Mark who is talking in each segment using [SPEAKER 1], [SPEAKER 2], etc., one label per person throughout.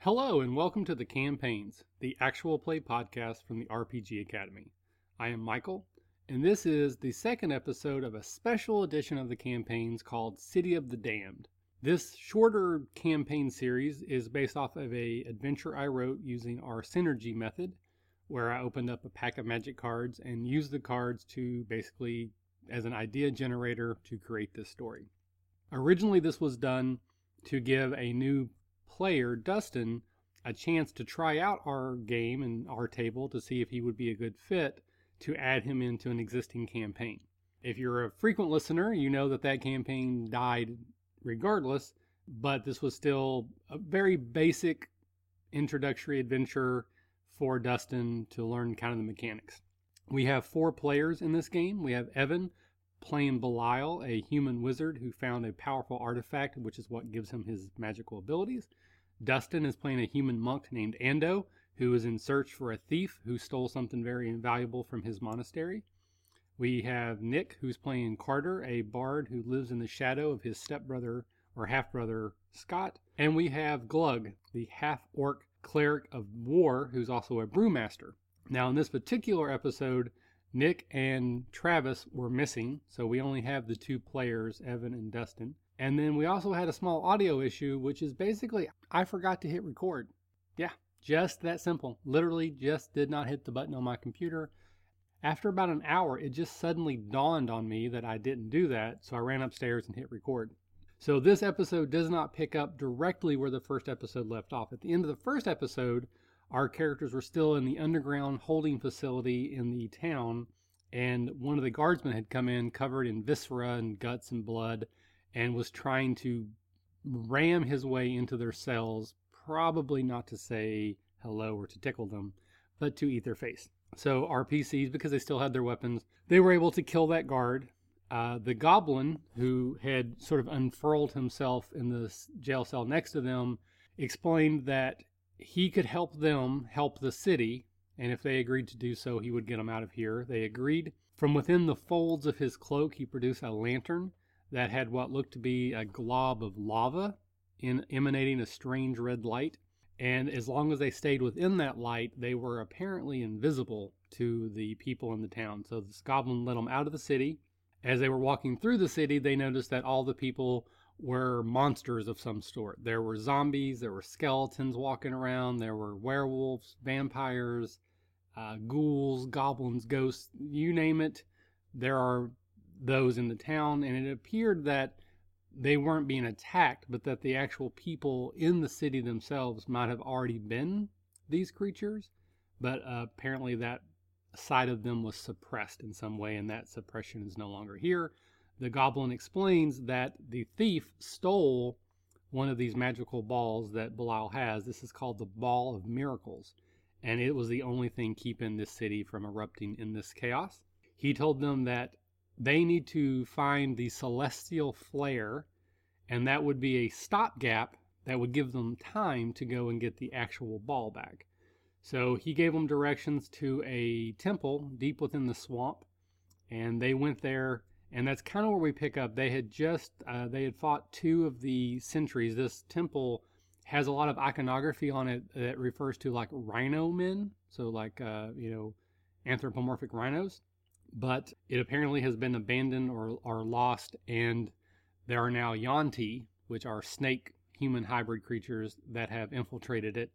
[SPEAKER 1] Hello, and welcome to The Campaigns, the actual play podcast from the RPG Academy. I am Michael, and this is the second episode of a special edition of The Campaigns called City of the Damned. This shorter campaign series is based off of a adventure I wrote using our synergy method, where I opened up a pack of magic cards and used the cards to basically as an idea generator to create this story. Originally this was done to give a new player, Dustin, a chance to try out our game and our table to see if he would be a good fit to add him into an existing campaign. If you're a frequent listener, you know that that campaign died regardless, but this was still a very basic introductory adventure for Dustin to learn kind of the mechanics. We have four players in this game. We have Evan playing Belial, a human wizard who found a powerful artifact, which is what gives him his magical abilities. Dustin is playing a human monk named Ando, who is in search for a thief who stole something very invaluable from his monastery. We have Nick, who's playing Carter, a bard who lives in the shadow of his stepbrother or half brother Scott. And we have Glug, the half orc cleric of war, who's also a brewmaster. Now, in this particular episode, Nick and Travis were missing, so we only have the two players, Evan and Dustin. And then we also had a small audio issue, which is basically I forgot to hit record. Yeah, just that simple. Literally, just did not hit the button on my computer. After about an hour, it just suddenly dawned on me that I didn't do that, so I ran upstairs and hit record. So this episode does not pick up directly where the first episode left off. At the end of the first episode, our characters were still in the underground holding facility in the town, and one of the guardsmen had come in covered in viscera and guts and blood and was trying to ram his way into their cells, probably not to say hello or to tickle them, but to eat their face. So our PCs, because they still had their weapons, they were able to kill that guard. Uh, the goblin, who had sort of unfurled himself in the s- jail cell next to them, explained that he could help them help the city, and if they agreed to do so, he would get them out of here. They agreed. From within the folds of his cloak, he produced a lantern that had what looked to be a glob of lava in, emanating a strange red light. And as long as they stayed within that light, they were apparently invisible to the people in the town. So this goblin let them out of the city. As they were walking through the city, they noticed that all the people were monsters of some sort. There were zombies, there were skeletons walking around, there were werewolves, vampires, uh, ghouls, goblins, ghosts, you name it. There are those in the town, and it appeared that they weren't being attacked, but that the actual people in the city themselves might have already been these creatures. But uh, apparently, that side of them was suppressed in some way, and that suppression is no longer here the goblin explains that the thief stole one of these magical balls that Belial has. This is called the Ball of Miracles, and it was the only thing keeping this city from erupting in this chaos. He told them that they need to find the celestial flare, and that would be a stopgap that would give them time to go and get the actual ball back. So he gave them directions to a temple deep within the swamp, and they went there and that's kind of where we pick up. They had just uh, they had fought two of the sentries. This temple has a lot of iconography on it that refers to like rhino men, so like uh, you know anthropomorphic rhinos. But it apparently has been abandoned or or lost, and there are now Yanti, which are snake human hybrid creatures that have infiltrated it.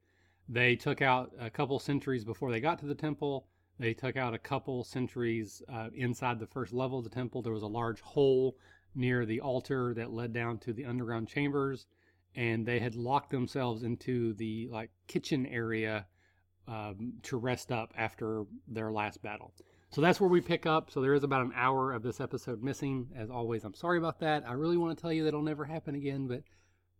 [SPEAKER 1] They took out a couple sentries before they got to the temple. They took out a couple sentries uh, inside the first level of the temple. There was a large hole near the altar that led down to the underground chambers, and they had locked themselves into the like kitchen area um, to rest up after their last battle. So that's where we pick up. So there is about an hour of this episode missing. As always, I'm sorry about that. I really want to tell you that'll never happen again, but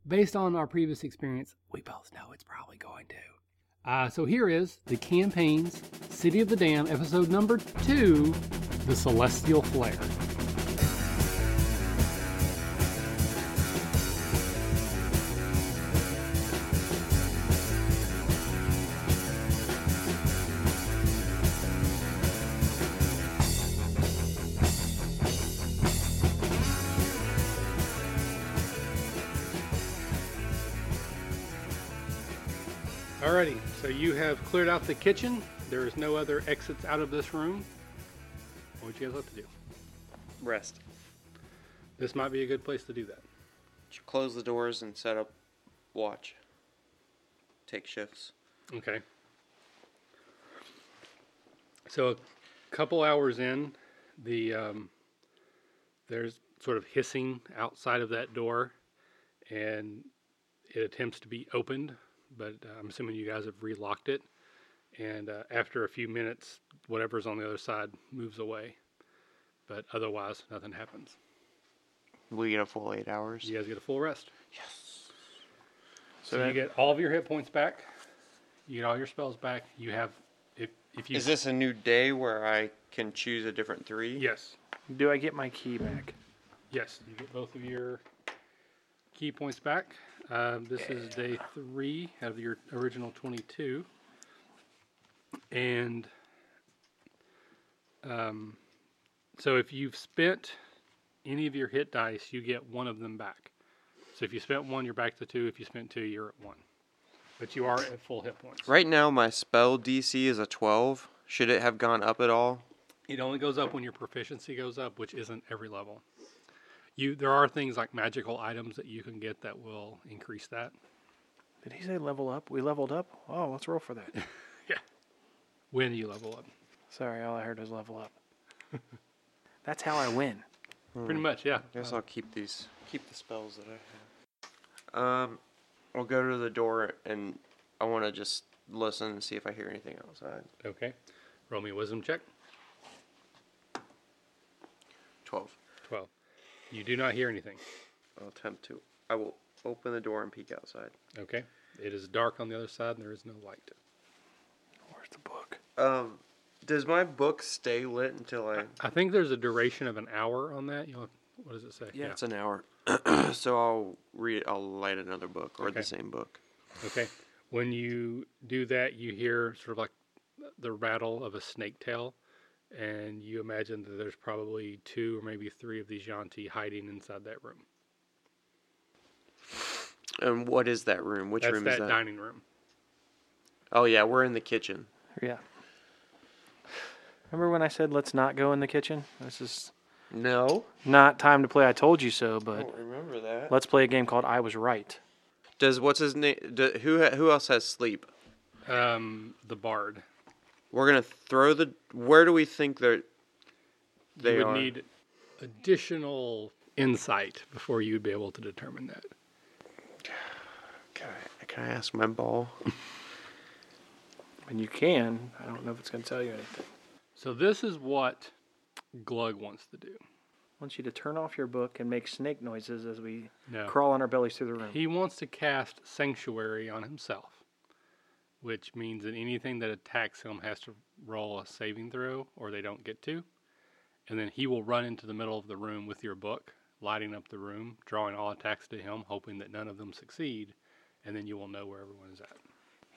[SPEAKER 1] based on our previous experience, we both know it's probably going to. Uh, so here is the campaign's City of the Dam, episode number two The Celestial Flare. Alrighty, so you have cleared out the kitchen. There is no other exits out of this room. What would you guys like to do?
[SPEAKER 2] Rest.
[SPEAKER 1] This might be a good place to do that.
[SPEAKER 2] Close the doors and set up watch. Take shifts.
[SPEAKER 1] Okay. So a couple hours in, the um, there's sort of hissing outside of that door, and it attempts to be opened, but uh, I'm assuming you guys have relocked it. And uh, after a few minutes, whatever's on the other side moves away, but otherwise nothing happens.
[SPEAKER 2] We get a full eight hours.
[SPEAKER 1] You guys get a full rest. So
[SPEAKER 2] So
[SPEAKER 1] you
[SPEAKER 2] that-
[SPEAKER 1] get all of your hit points back. You get all your spells back. You have if if you
[SPEAKER 2] is this a new day where I can choose a different three?
[SPEAKER 1] yes
[SPEAKER 3] Do I get my key back?
[SPEAKER 1] yes you get both of your key points back. Um, this is day three out of your original twenty-two, and um, so if you've spent any of your hit dice, you get one of them back. So if you spent one, you're back to two. If you spent two, you're at one. But you are at full hit points.
[SPEAKER 2] Right now, my spell DC is a 12. Should it have gone up at all?
[SPEAKER 1] It only goes up when your proficiency goes up, which isn't every level. You there are things like magical items that you can get that will increase that.
[SPEAKER 3] Did he say level up? We leveled up? Oh, let's roll for that.
[SPEAKER 1] When you level up.
[SPEAKER 3] Sorry, all I heard was level up. That's how I win.
[SPEAKER 1] Pretty much, yeah.
[SPEAKER 2] Guess
[SPEAKER 1] Uh,
[SPEAKER 2] I'll keep these. Keep the spells that I have. Um, I'll go to the door and I want to just listen and see if I hear anything outside.
[SPEAKER 1] okay. Roll me a wisdom check.
[SPEAKER 2] 12.
[SPEAKER 1] Twelve. You do not hear anything.
[SPEAKER 2] I'll attempt to. I will open the door and peek outside.
[SPEAKER 1] Okay. It is dark on the other side and there is no light.
[SPEAKER 3] Where's the book?
[SPEAKER 2] Um, does my book stay lit until I?
[SPEAKER 1] I think there's a duration of an hour on that. You'll what does it say?
[SPEAKER 2] Yeah, it's an hour. so I'll read. I'll light another book or
[SPEAKER 1] Okay.
[SPEAKER 2] the same book.
[SPEAKER 1] Okay. When you do that, you hear sort of like the rattle of a snake tail, and you imagine that there's probably two or maybe three of these Yanti hiding inside that room.
[SPEAKER 2] And what is that room? Which
[SPEAKER 1] That's
[SPEAKER 2] room is
[SPEAKER 1] that,
[SPEAKER 2] that?
[SPEAKER 1] dining room.
[SPEAKER 2] oh yeah, we're in the kitchen.
[SPEAKER 3] Yeah. Remember when I said let's not go in the kitchen? This is
[SPEAKER 2] No,
[SPEAKER 3] not time to play I told you so,
[SPEAKER 2] I
[SPEAKER 3] but
[SPEAKER 2] don't remember that.
[SPEAKER 3] let's play a game called I was right.
[SPEAKER 2] Does what's his name? Do, who ha- who else has sleep?
[SPEAKER 1] Um, the bard.
[SPEAKER 2] We're gonna throw the. Where do we think they're? They
[SPEAKER 1] you would
[SPEAKER 2] are.
[SPEAKER 1] need additional insight before you'd be able to determine that.
[SPEAKER 2] Can I, can I ask my ball?
[SPEAKER 3] And you can. I don't know if it's going to tell you anything.
[SPEAKER 1] So this is what Glug wants to do.
[SPEAKER 3] I want you to turn off your book and make snake noises as we
[SPEAKER 1] No.
[SPEAKER 3] crawl on our bellies through the room.
[SPEAKER 1] He wants to cast Sanctuary on himself, which means that anything that attacks him has to roll a saving throw or they don't get to. And then he will run into the middle of the room with your book, lighting up the room, drawing all attacks to him, hoping that none of them succeed. And then you will know where everyone is at.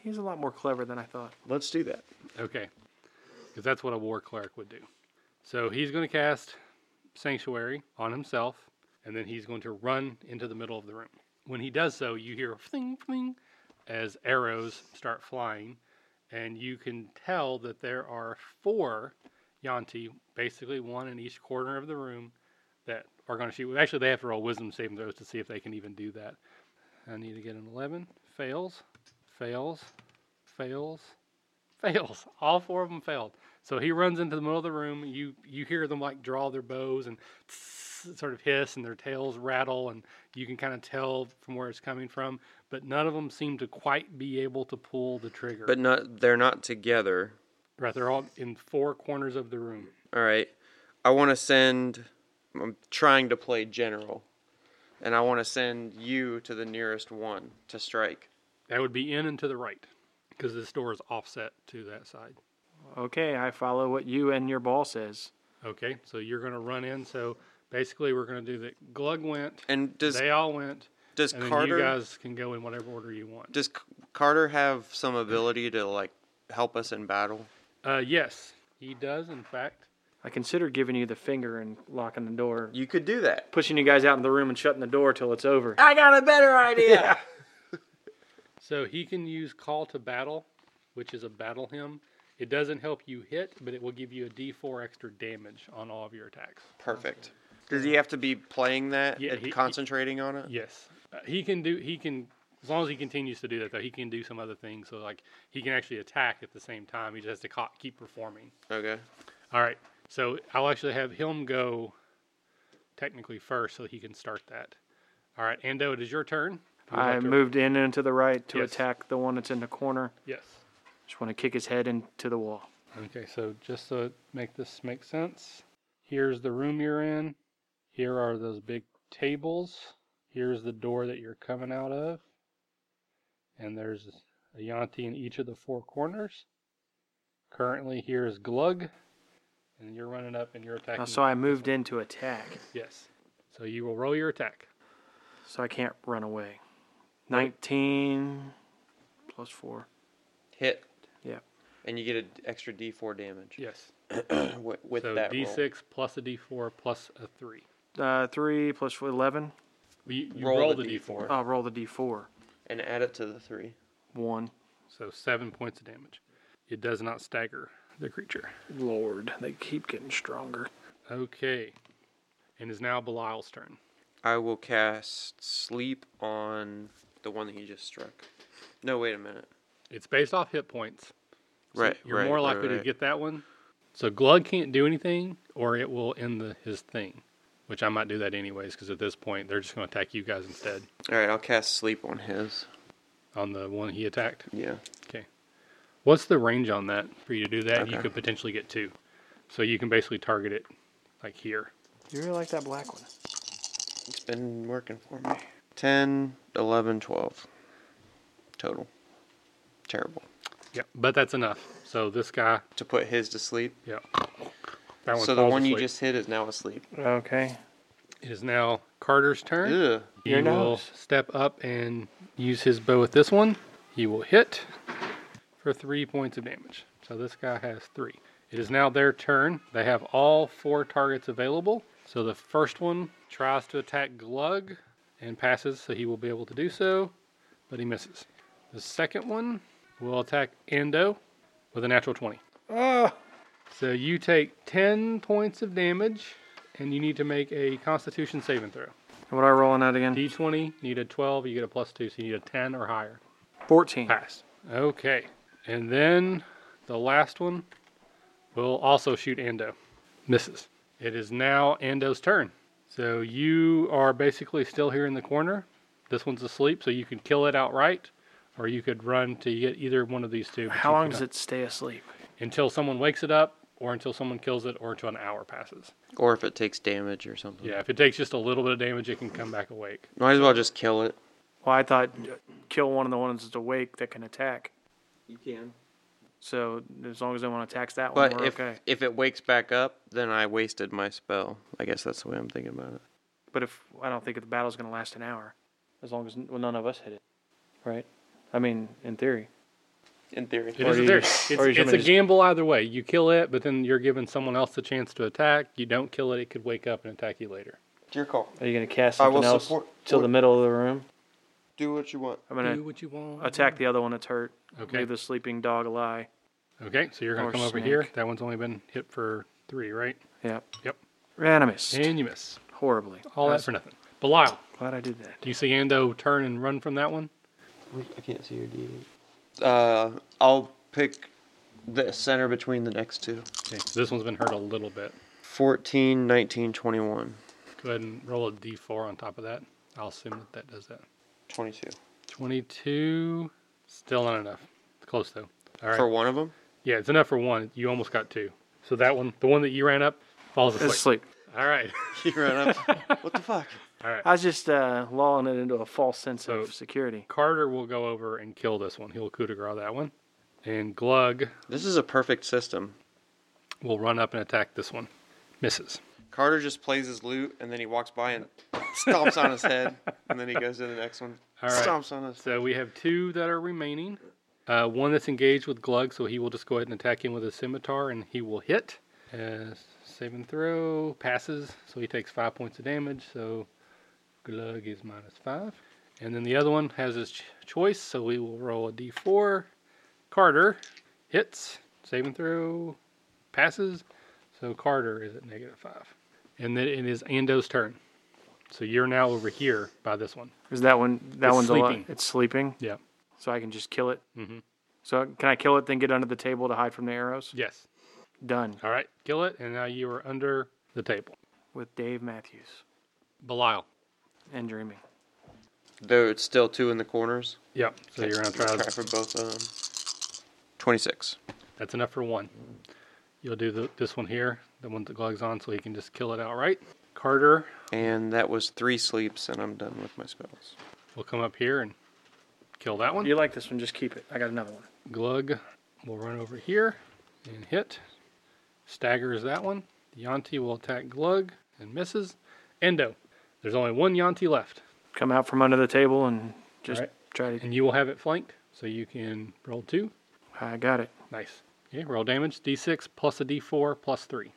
[SPEAKER 3] He's a lot more clever than I thought.
[SPEAKER 2] Let's do that.
[SPEAKER 1] Okay. Because that's what a war cleric would do. So he's going to cast Sanctuary on himself, and then he's going to run into the middle of the room. When he does so, you hear fling, fling, as arrows start flying, and you can tell that there are four Yanti, basically one in each corner of the room, that are going to shoot. Actually, they have to roll wisdom saving throws to see if they can even do that. I need to get an 11. Fails, fails, fails, fails. All four of them failed. So he runs into the middle of the room. You you hear them like draw their bows and sort of hiss and their tails rattle, and you can kind of tell from where it's coming from. But none of them seem to quite be able to pull the trigger.
[SPEAKER 2] But not. They're not together.
[SPEAKER 1] Right, they're all in four corners of the room.
[SPEAKER 2] All right. I want to send. I'm trying to play general, and I want to send you to the nearest one to strike.
[SPEAKER 1] That would be in and to the right, because this door is offset to that side.
[SPEAKER 3] Okay, I follow what you and your ball says.
[SPEAKER 1] Okay, so you're going to run in. So basically, we're going to do that. Glug went.
[SPEAKER 2] And does
[SPEAKER 1] they all went.
[SPEAKER 2] does
[SPEAKER 1] And then
[SPEAKER 2] Carter
[SPEAKER 1] you guys can go in whatever order you want.
[SPEAKER 2] does C- Carter have some ability to like help us in battle?
[SPEAKER 1] Uh, yes, he does. In fact,
[SPEAKER 3] I considered giving you the finger and locking the door,
[SPEAKER 2] You could do that. Ah.
[SPEAKER 3] pushing you guys out in the room and shutting the door till it's over.
[SPEAKER 2] I got a better idea.
[SPEAKER 1] So he can use Call to Battle, which is a battle hymn. It doesn't help you hit, but it will give you a d4 extra damage on all of your attacks.
[SPEAKER 2] Perfect. Does he have to be playing that
[SPEAKER 1] Yeah,
[SPEAKER 2] and
[SPEAKER 1] he- he-
[SPEAKER 2] concentrating on it?
[SPEAKER 1] Yes, uh, he can do. He can as long as he continues to do that. Though he can do some other things. So like he can actually attack at the same time. He just has to co- keep performing.
[SPEAKER 2] Okay.
[SPEAKER 1] All right. So I'll actually have him go technically first, so he can start that. All right, Ando, it is your turn. You would
[SPEAKER 3] I
[SPEAKER 1] like to-
[SPEAKER 3] moved in and to the right to
[SPEAKER 1] Yes.
[SPEAKER 3] attack the one that's in the corner.
[SPEAKER 1] Yes.
[SPEAKER 3] Just want to kick his head into the wall.
[SPEAKER 1] Okay. So just to make this make sense, here's the room you're in. Here are those big tables. Here's the door that you're coming out of. And there's a Yanti in each of the four corners. Currently, here is Glug. And you're running up and you're attacking.
[SPEAKER 3] Now, Oh, Uh, so I moved in to attack,
[SPEAKER 1] Yes. So you will roll your attack.
[SPEAKER 3] so I can't run away. 19 plus 4.
[SPEAKER 2] Hit.
[SPEAKER 3] Yeah.
[SPEAKER 2] And you get an extra D4 damage
[SPEAKER 1] Yes.
[SPEAKER 2] with, with
[SPEAKER 1] so
[SPEAKER 2] that roll.
[SPEAKER 1] d6 plus a d4 plus a 3.
[SPEAKER 3] Uh, 3 plus four, 11.
[SPEAKER 1] You, you
[SPEAKER 2] Roll
[SPEAKER 1] roll,
[SPEAKER 2] the
[SPEAKER 1] the d4.
[SPEAKER 2] D4.
[SPEAKER 3] I'll roll the d4.
[SPEAKER 2] and add it to the three.
[SPEAKER 3] 1.
[SPEAKER 1] So 7 points of damage. It does not stagger the creature.
[SPEAKER 3] Lord, they keep getting stronger.
[SPEAKER 1] Okay. And is now Belial's turn.
[SPEAKER 2] I will cast sleep on the one that you just struck. No, wait a minute.
[SPEAKER 1] It's based off hit points. So
[SPEAKER 2] right,
[SPEAKER 1] You're
[SPEAKER 2] right,
[SPEAKER 1] more
[SPEAKER 2] right,
[SPEAKER 1] likely to
[SPEAKER 2] right.
[SPEAKER 1] get that one. So Glug can't do anything, or it will end the, his thing, which I might do that anyways, because at this point they're just going to attack you guys instead
[SPEAKER 2] All right, I'll cast sleep on his.
[SPEAKER 1] on the one he attacked.
[SPEAKER 2] Yeah.
[SPEAKER 1] What's the range on that for you to do that? You
[SPEAKER 2] Okay.
[SPEAKER 1] could potentially get two, so you can basically target it like here.
[SPEAKER 3] You really like that black one.
[SPEAKER 2] It's been working for me. 10, 11, 12 total. Terrible.
[SPEAKER 1] Yeah, but that's enough. So this guy,
[SPEAKER 2] To put his to sleep.
[SPEAKER 1] yeah, that one.
[SPEAKER 2] so the
[SPEAKER 1] falls
[SPEAKER 2] one you
[SPEAKER 1] asleep.
[SPEAKER 2] just hit is now asleep.
[SPEAKER 3] Okay.
[SPEAKER 1] it is now Carter's turn.
[SPEAKER 2] Ugh.
[SPEAKER 1] He
[SPEAKER 3] Your
[SPEAKER 1] will
[SPEAKER 3] nose.
[SPEAKER 1] step up and use his bow with this one. He will hit for three points of damage. So this guy has three. It is now their turn. They have all four targets available. So the first one tries to attack Glug and passes, so he will be able to do so, but he misses. The second one will attack Endo with a natural 20. So you take 10 points of damage, and you need to make a constitution saving throw.
[SPEAKER 3] What are I rolling that again?
[SPEAKER 1] D20, need a 12, you get a plus 2, so you need a 10 or higher.
[SPEAKER 3] 14.
[SPEAKER 1] Pass. Okay. And then the last one will also shoot Ando. Misses. It is now Ando's turn. So you are basically still here in the corner. This one's asleep, so you can kill it outright, or you could run to get either one of these two. but
[SPEAKER 3] How
[SPEAKER 1] you
[SPEAKER 3] long
[SPEAKER 1] cannot-
[SPEAKER 3] does it stay asleep?
[SPEAKER 1] Until someone wakes it up, or until someone kills it, or until an hour passes.
[SPEAKER 2] Or if it takes damage or something.
[SPEAKER 1] Yeah, if it takes just a little bit of damage, it can come back awake.
[SPEAKER 2] Might as well just kill it.
[SPEAKER 3] Well, I thought uh, kill one of the ones that's awake that can attack.
[SPEAKER 2] You can.
[SPEAKER 3] So as long as no one attacks that one,
[SPEAKER 2] But
[SPEAKER 3] we're
[SPEAKER 2] if
[SPEAKER 3] okay.
[SPEAKER 2] if it wakes back up, then I wasted my spell. I guess that's the way I'm thinking about it.
[SPEAKER 3] But if I don't think the battle's going to last an hour, as long as n- well, none of us hit it, right? I mean, in theory.
[SPEAKER 2] In theory.
[SPEAKER 1] It
[SPEAKER 3] Or
[SPEAKER 1] is a
[SPEAKER 3] you
[SPEAKER 1] theory.
[SPEAKER 3] just-
[SPEAKER 1] It's,
[SPEAKER 3] or you
[SPEAKER 1] it's a
[SPEAKER 3] somebody just-
[SPEAKER 1] gamble either way. You kill it, but then you're giving someone else the chance to attack. You don't kill it, it could wake up and attack you later.
[SPEAKER 2] Your call.
[SPEAKER 3] Are you going to cast
[SPEAKER 2] I will
[SPEAKER 3] something else
[SPEAKER 2] support-
[SPEAKER 3] till the middle of the room?
[SPEAKER 2] Do what you want.
[SPEAKER 3] I'm going
[SPEAKER 1] Do
[SPEAKER 3] to
[SPEAKER 1] what you want.
[SPEAKER 3] attack the other one that's hurt.
[SPEAKER 1] Okay.
[SPEAKER 3] Leave the sleeping dog alive.
[SPEAKER 1] Okay, so you're going
[SPEAKER 3] Or
[SPEAKER 1] to come over here.
[SPEAKER 3] snake.
[SPEAKER 1] That one's only been hit for three, right?
[SPEAKER 3] Yep.
[SPEAKER 1] Yep.
[SPEAKER 3] Animus.
[SPEAKER 1] And you miss.
[SPEAKER 3] Horribly.
[SPEAKER 1] All that for nothing. Belial,
[SPEAKER 3] Glad I did that.
[SPEAKER 1] do you see Ando turn and run from that one?
[SPEAKER 2] Wait, I can't see your D. Uh, I'll pick the center between the next two.
[SPEAKER 1] Okay, so this one's been hurt a little bit.
[SPEAKER 2] 14, 19, 21.
[SPEAKER 1] Go ahead and roll a d4 on top of that. I'll assume that that does that.
[SPEAKER 2] 22.
[SPEAKER 1] 22. Still not enough. Close, though. All right.
[SPEAKER 2] For one of them?
[SPEAKER 1] Yeah, it's enough for one. You almost got two. So that one, the one that you ran up, falls asleep.
[SPEAKER 3] It's asleep.
[SPEAKER 1] All right.
[SPEAKER 2] You ran up. what the fuck?
[SPEAKER 1] All right.
[SPEAKER 3] I was just uh, lulling it into a false sense
[SPEAKER 1] So-
[SPEAKER 3] of security.
[SPEAKER 1] Carter will go over and kill this one. He'll coup de grace that one. And Glug
[SPEAKER 2] This is a perfect system.
[SPEAKER 1] will run up and attack this one. Misses.
[SPEAKER 2] Carter just plays his loot and then he walks by and stomps on his head. And then he goes to the next one.
[SPEAKER 1] All right.
[SPEAKER 2] Stomps on his
[SPEAKER 1] So we have two that are remaining. Uh, one that's engaged with Glug, so he will just go ahead and attack him with his scimitar, and he will hit. Uh, save and throw passes, so he takes five points of damage. So Glug is minus five. And then the other one has his ch- choice, so we will roll a d4. Carter hits, saving throw, passes. So Carter is at negative five. And then it is Ando's turn. So you're now over here by this one.
[SPEAKER 3] Is that one? That
[SPEAKER 1] It's
[SPEAKER 3] one's a lot.
[SPEAKER 1] sleeping.
[SPEAKER 3] It's sleeping. Mm-hmm.
[SPEAKER 1] Yeah.
[SPEAKER 3] So I can just kill it.
[SPEAKER 1] Mhm.
[SPEAKER 3] So can I kill it, then get under the table to hide from the arrows?
[SPEAKER 1] Yes.
[SPEAKER 3] Done
[SPEAKER 1] All right. Kill it. And now you are under the table.
[SPEAKER 3] with Dave Matthews
[SPEAKER 1] Belial.
[SPEAKER 3] and dreaming.
[SPEAKER 2] Though it's still two in the corners.
[SPEAKER 1] Yep. So you're going to try.
[SPEAKER 2] for both of them. 26.
[SPEAKER 1] That's enough for one. You'll do the, this one here, the one with the gloves on, so you can just kill it outright. Carter
[SPEAKER 2] And that was three sleeps, and I'm done with my spells.
[SPEAKER 1] will come up here and kill that one.
[SPEAKER 3] You like this one? Just keep it. I got another one.
[SPEAKER 1] Glug will run over here and hit. Staggers that one. Yanti will attack Glug and misses. Endo. There's only one Yanti left.
[SPEAKER 3] Come out from under the table and just
[SPEAKER 1] Alright.
[SPEAKER 3] try to.
[SPEAKER 1] And you will have it flanked, so you can roll two.
[SPEAKER 3] I got it.
[SPEAKER 1] Nice. Okay, roll damage. D6 plus a D4 plus three.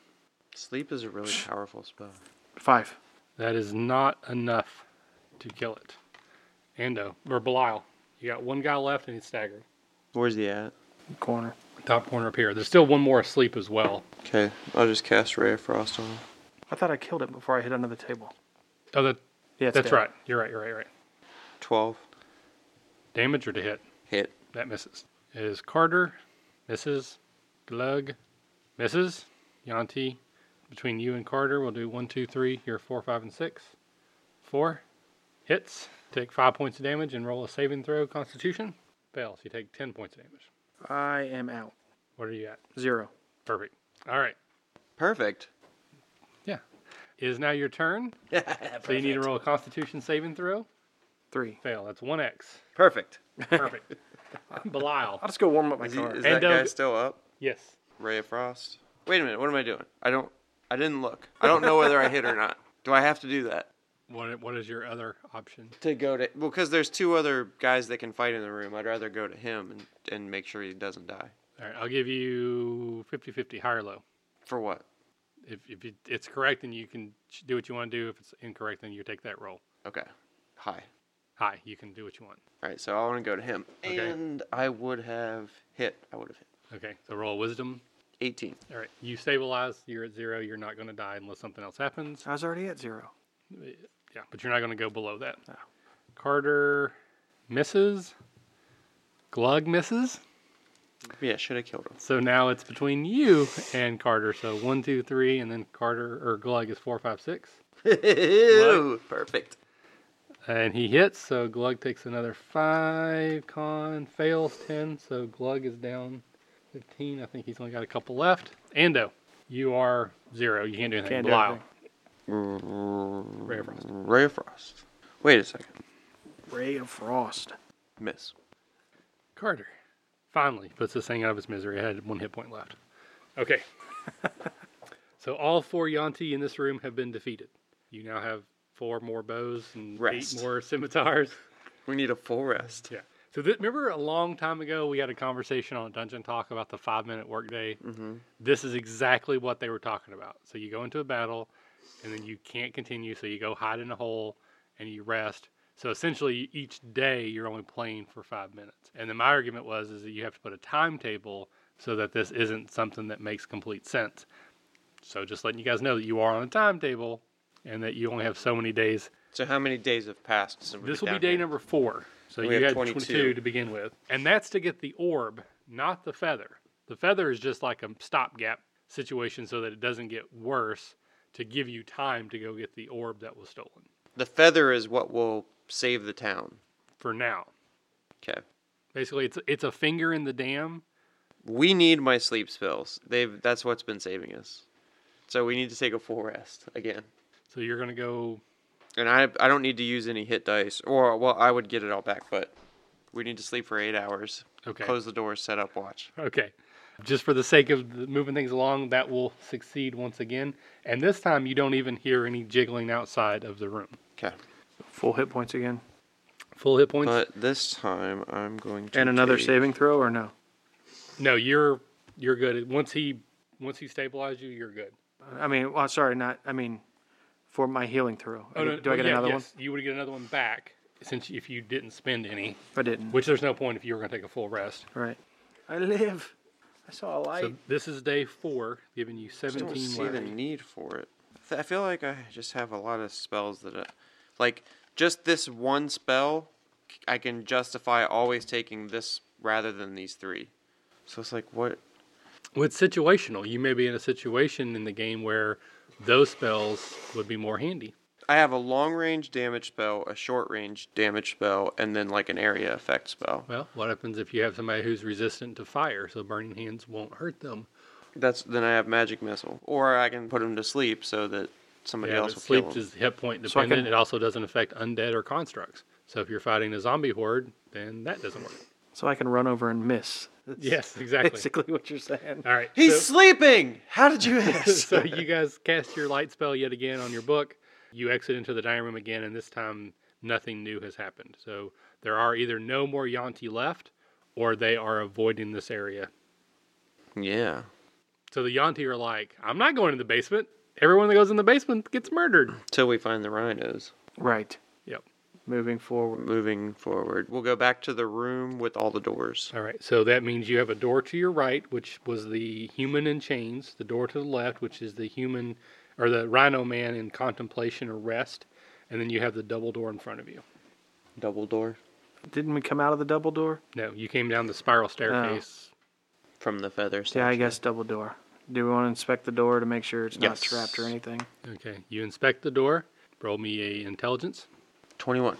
[SPEAKER 2] Sleep is a really powerful spell.
[SPEAKER 3] Five.
[SPEAKER 1] That is not enough to kill it. Endo, or Belial. You got one guy left and he's staggered.
[SPEAKER 2] Where's he at?
[SPEAKER 3] Corner.
[SPEAKER 1] Top corner up here. There's still one more asleep as well.
[SPEAKER 2] Okay, I'll just cast Ray of Frost on him.
[SPEAKER 3] I thought I killed it before I hit under the table.
[SPEAKER 1] Oh, that,
[SPEAKER 3] Yeah, it's
[SPEAKER 1] that's
[SPEAKER 3] dead.
[SPEAKER 1] right. You're right, you're right, you're right.
[SPEAKER 2] 12.
[SPEAKER 1] Damage or to hit?
[SPEAKER 2] Hit.
[SPEAKER 1] That misses. It is Carter, misses, Glug, misses, Yanti. Between you and Carter, we'll do one, two, three. Here, four, five, and six. Four hits. Take five points of damage and roll a saving throw. Constitution fails. You take ten points of damage.
[SPEAKER 3] I am out.
[SPEAKER 1] What are you at?
[SPEAKER 3] Zero.
[SPEAKER 1] Perfect. All right.
[SPEAKER 2] Perfect.
[SPEAKER 1] It is now your turn. so you need to roll a Constitution saving throw.
[SPEAKER 3] Three.
[SPEAKER 1] Fail. That's one X.
[SPEAKER 2] Perfect.
[SPEAKER 1] Perfect. Belial.
[SPEAKER 3] I'll just go warm up my
[SPEAKER 2] Is, he,
[SPEAKER 3] car.
[SPEAKER 2] is
[SPEAKER 1] And,
[SPEAKER 2] that guy
[SPEAKER 1] uh,
[SPEAKER 2] still up?
[SPEAKER 1] Yes.
[SPEAKER 2] Ray of Frost. Wait a minute, what am I doing? I don't. I didn't look. I don't know whether I hit or not. Do I have to do that?
[SPEAKER 1] What, what is your other option?
[SPEAKER 2] To go to. Well, because there's two other guys that can fight in the room. I'd rather go to him and, and make sure he doesn't die.
[SPEAKER 1] All right. I'll give you 50 50, high or low.
[SPEAKER 2] For what?
[SPEAKER 1] if, if it- it's correct, then you can ch- do what you want to do. If it's incorrect, then you take that roll.
[SPEAKER 2] Okay. Hi.
[SPEAKER 1] Hi, you can do what you want.
[SPEAKER 2] All right, so I want to go to him.
[SPEAKER 1] Okay.
[SPEAKER 2] And I would have hit. I would have hit.
[SPEAKER 1] Okay, so roll wisdom.
[SPEAKER 2] 18.
[SPEAKER 1] All right, you stabilize. You're at zero. You're not going to die unless something else happens.
[SPEAKER 3] I was already at zero.
[SPEAKER 1] Yeah, Oh. but you're not going to go below that.
[SPEAKER 3] No.
[SPEAKER 1] Carter misses. Glug misses.
[SPEAKER 2] Yeah, should have killed him.
[SPEAKER 1] So now it's between you and Carter. So one, two, three, and then Carter or Glug is four, five, six.
[SPEAKER 2] Ew, Perfect.
[SPEAKER 1] And he hits, so Glug takes another five. Con fails ten, so Glug is down fifteen. I think he's only got a couple left. Ando, you are zero. You can't do anything.
[SPEAKER 3] Can't do
[SPEAKER 1] Belial, Ray
[SPEAKER 2] Ray
[SPEAKER 1] of Frost.
[SPEAKER 2] Mm, of Frost. Wait a second.
[SPEAKER 3] Ray of Frost.
[SPEAKER 2] Miss.
[SPEAKER 1] Carter finally puts this thing out of its misery. I had one hit point left. Okay. so all four Yanti in this room have been defeated. You now have four more bows and
[SPEAKER 2] Rest.
[SPEAKER 1] eight more scimitars.
[SPEAKER 2] We need a full rest.
[SPEAKER 1] Yeah. So th- remember a long time ago we had a conversation on Dungeon Talk about the five minute workday.
[SPEAKER 2] Mm-hmm.
[SPEAKER 1] this is exactly what they were talking about. So you go into a battle, and then you can't continue, so you go hide in a hole and you rest. So essentially, each day you're only playing for five minutes. And then my argument was is that you have to put a timetable so that this isn't something that makes complete sense. So just letting you guys know that you are on a timetable and that you only have so many days.
[SPEAKER 2] So how many days have passed? Since we
[SPEAKER 1] This
[SPEAKER 2] were
[SPEAKER 1] will be
[SPEAKER 2] down
[SPEAKER 1] day
[SPEAKER 2] here?
[SPEAKER 1] number four. So
[SPEAKER 2] We
[SPEAKER 1] you
[SPEAKER 2] have
[SPEAKER 1] had 22.
[SPEAKER 2] 22.
[SPEAKER 1] to begin with, and that's to get the orb, not the feather. The feather is just like a stopgap situation so that it doesn't get worse to give you time to go get the orb that was stolen.
[SPEAKER 2] The feather is what will save the town.
[SPEAKER 1] For now,
[SPEAKER 2] Okay.
[SPEAKER 1] basically, it's it's a finger in the dam.
[SPEAKER 2] We need my sleep spells. They've that's what's been saving us. So we need to take a full rest again.
[SPEAKER 1] So you're gonna go.
[SPEAKER 2] And I I don't need to use any hit dice or well I would get it all back, but we need to sleep for 8 hours.
[SPEAKER 1] Okay.
[SPEAKER 2] Close the doors, set up watch.
[SPEAKER 1] Okay. Just for the sake of the- moving things along, that will succeed once again. And this time, you don't even hear any jiggling outside of the room.
[SPEAKER 2] Okay.
[SPEAKER 3] Full hit points again.
[SPEAKER 1] Full hit points.
[SPEAKER 2] But this time I'm going to
[SPEAKER 3] And another
[SPEAKER 2] take-
[SPEAKER 3] saving throw or no?
[SPEAKER 1] No, you're you're good. Once he once he stabilized you, you're good.
[SPEAKER 3] I mean, well, sorry, not. I mean, for my healing throw. I get- do I get
[SPEAKER 1] Oh, yeah,
[SPEAKER 3] another
[SPEAKER 1] yes, You would get another one back since if you didn't spend any,
[SPEAKER 3] I didn't.
[SPEAKER 1] which there's no point if you were going to take a full rest.
[SPEAKER 3] Right. I live. I saw a light.
[SPEAKER 1] So this is day four, giving you
[SPEAKER 2] I don't
[SPEAKER 1] 17
[SPEAKER 2] see the
[SPEAKER 1] left.
[SPEAKER 2] need for it. I th- I feel like I just have a lot of spells that, I, like, just this one spell, c- I can justify always taking this rather than these three. So it's like, what?
[SPEAKER 1] With situational, you may be in a situation in the game where those spells would be more handy.
[SPEAKER 2] I have a long range damage spell, a short range damage spell, and then like an area effect spell.
[SPEAKER 1] Well, what happens if you have somebody who's resistant to fire, so burning hands won't hurt them?
[SPEAKER 2] That's then I have magic missile, or I can put him to sleep so that somebody
[SPEAKER 1] Yeah,
[SPEAKER 2] else
[SPEAKER 1] but
[SPEAKER 2] will
[SPEAKER 1] sleep
[SPEAKER 2] kill him.
[SPEAKER 1] is hit point
[SPEAKER 3] So I
[SPEAKER 1] dependent.
[SPEAKER 3] can-
[SPEAKER 1] it also doesn't affect undead or constructs. So if you're fighting a zombie horde, then that doesn't work.
[SPEAKER 3] so I can run over and miss. That's
[SPEAKER 1] Yes, exactly.
[SPEAKER 3] Basically what you're saying.
[SPEAKER 1] All right.
[SPEAKER 2] He's
[SPEAKER 1] so-
[SPEAKER 2] sleeping. How did you ask?
[SPEAKER 1] so you guys cast your light spell yet again on your book. You exit into the dining room again, and this time nothing new has happened. So there are either no more Yanti left, or they are avoiding this area.
[SPEAKER 2] yeah.
[SPEAKER 1] So the Yanti are like, "I'm not going to the basement. Everyone that goes in the basement gets murdered."
[SPEAKER 2] Till we find the rhinos.
[SPEAKER 3] Right.
[SPEAKER 1] Yep.
[SPEAKER 3] Moving forward.
[SPEAKER 2] Moving forward, we'll go back to the room with all the doors.
[SPEAKER 1] All right. So that means you have a door to your right, which was the human in chains. The door to the left, which is the human or the Rhino man in contemplation or rest, and then you have the double door in front of you.
[SPEAKER 2] Double door
[SPEAKER 3] Didn't we come out of the double door?
[SPEAKER 1] No, you came down the spiral staircase.
[SPEAKER 2] from the feather.
[SPEAKER 3] Yeah, I
[SPEAKER 2] statue.
[SPEAKER 3] guess double door. Do we want to inspect the door to make sure it's
[SPEAKER 2] Yes.
[SPEAKER 3] not trapped or anything?
[SPEAKER 1] Okay, you inspect the door. Roll me a intelligence.
[SPEAKER 2] Twenty-one.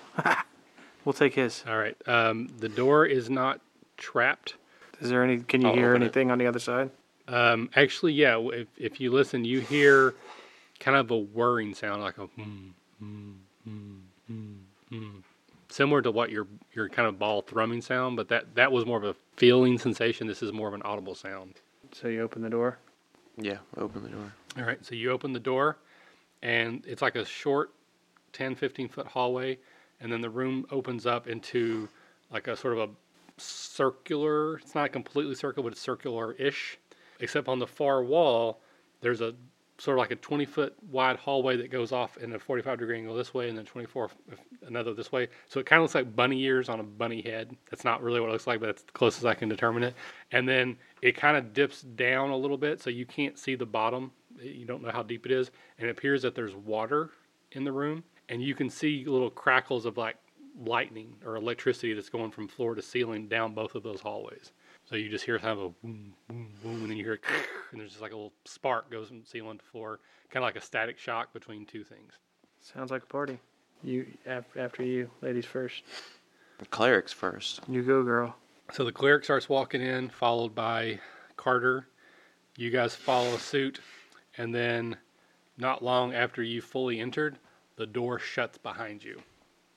[SPEAKER 3] We'll take his.
[SPEAKER 1] All right. Um, the door is not trapped.
[SPEAKER 3] Is there any? Can you
[SPEAKER 2] I'll
[SPEAKER 3] hear
[SPEAKER 2] open it.
[SPEAKER 3] anything on the other side?
[SPEAKER 1] Um, actually, yeah. w- If, if you listen, you hear kind of a whirring sound, like a hmm, hmm, hmm, hmm, hmm. similar to what your your kind of ball thrumming sound, but that that was more of a feeling sensation. This is more of an audible sound.
[SPEAKER 3] So you open the door.
[SPEAKER 2] Yeah, open the door.
[SPEAKER 1] All right, so you open the door, and it's like a short 10, 15 foot hallway, and then the room opens up into like a sort of a circular, it's not completely circular, but it's circular ish. Except on the far wall, there's a sort of like a 20 foot wide hallway that goes off in a 45 degree angle this way, and then 24 f- another this way. So it kind of looks like bunny ears on a bunny head. That's not really what it looks like, but that's the closest I can determine it. And then it kind of dips down a little bit, so you can't see the bottom. You don't know how deep it is. And it appears that there's water in the room, and you can see little crackles of like lightning or electricity that's going from floor to ceiling down both of those hallways. So you just hear kind of a boom, boom, boom, and then you hear, and there's just like a little spark goes from ceiling to floor, kind of like a static shock between two things.
[SPEAKER 3] Sounds like a party. You af- after you, ladies first.
[SPEAKER 2] The clerics first.
[SPEAKER 3] You go, girl.
[SPEAKER 1] So the cleric starts walking in, followed by Carter. You guys follow suit, and then not long after you fully entered, the door shuts behind you.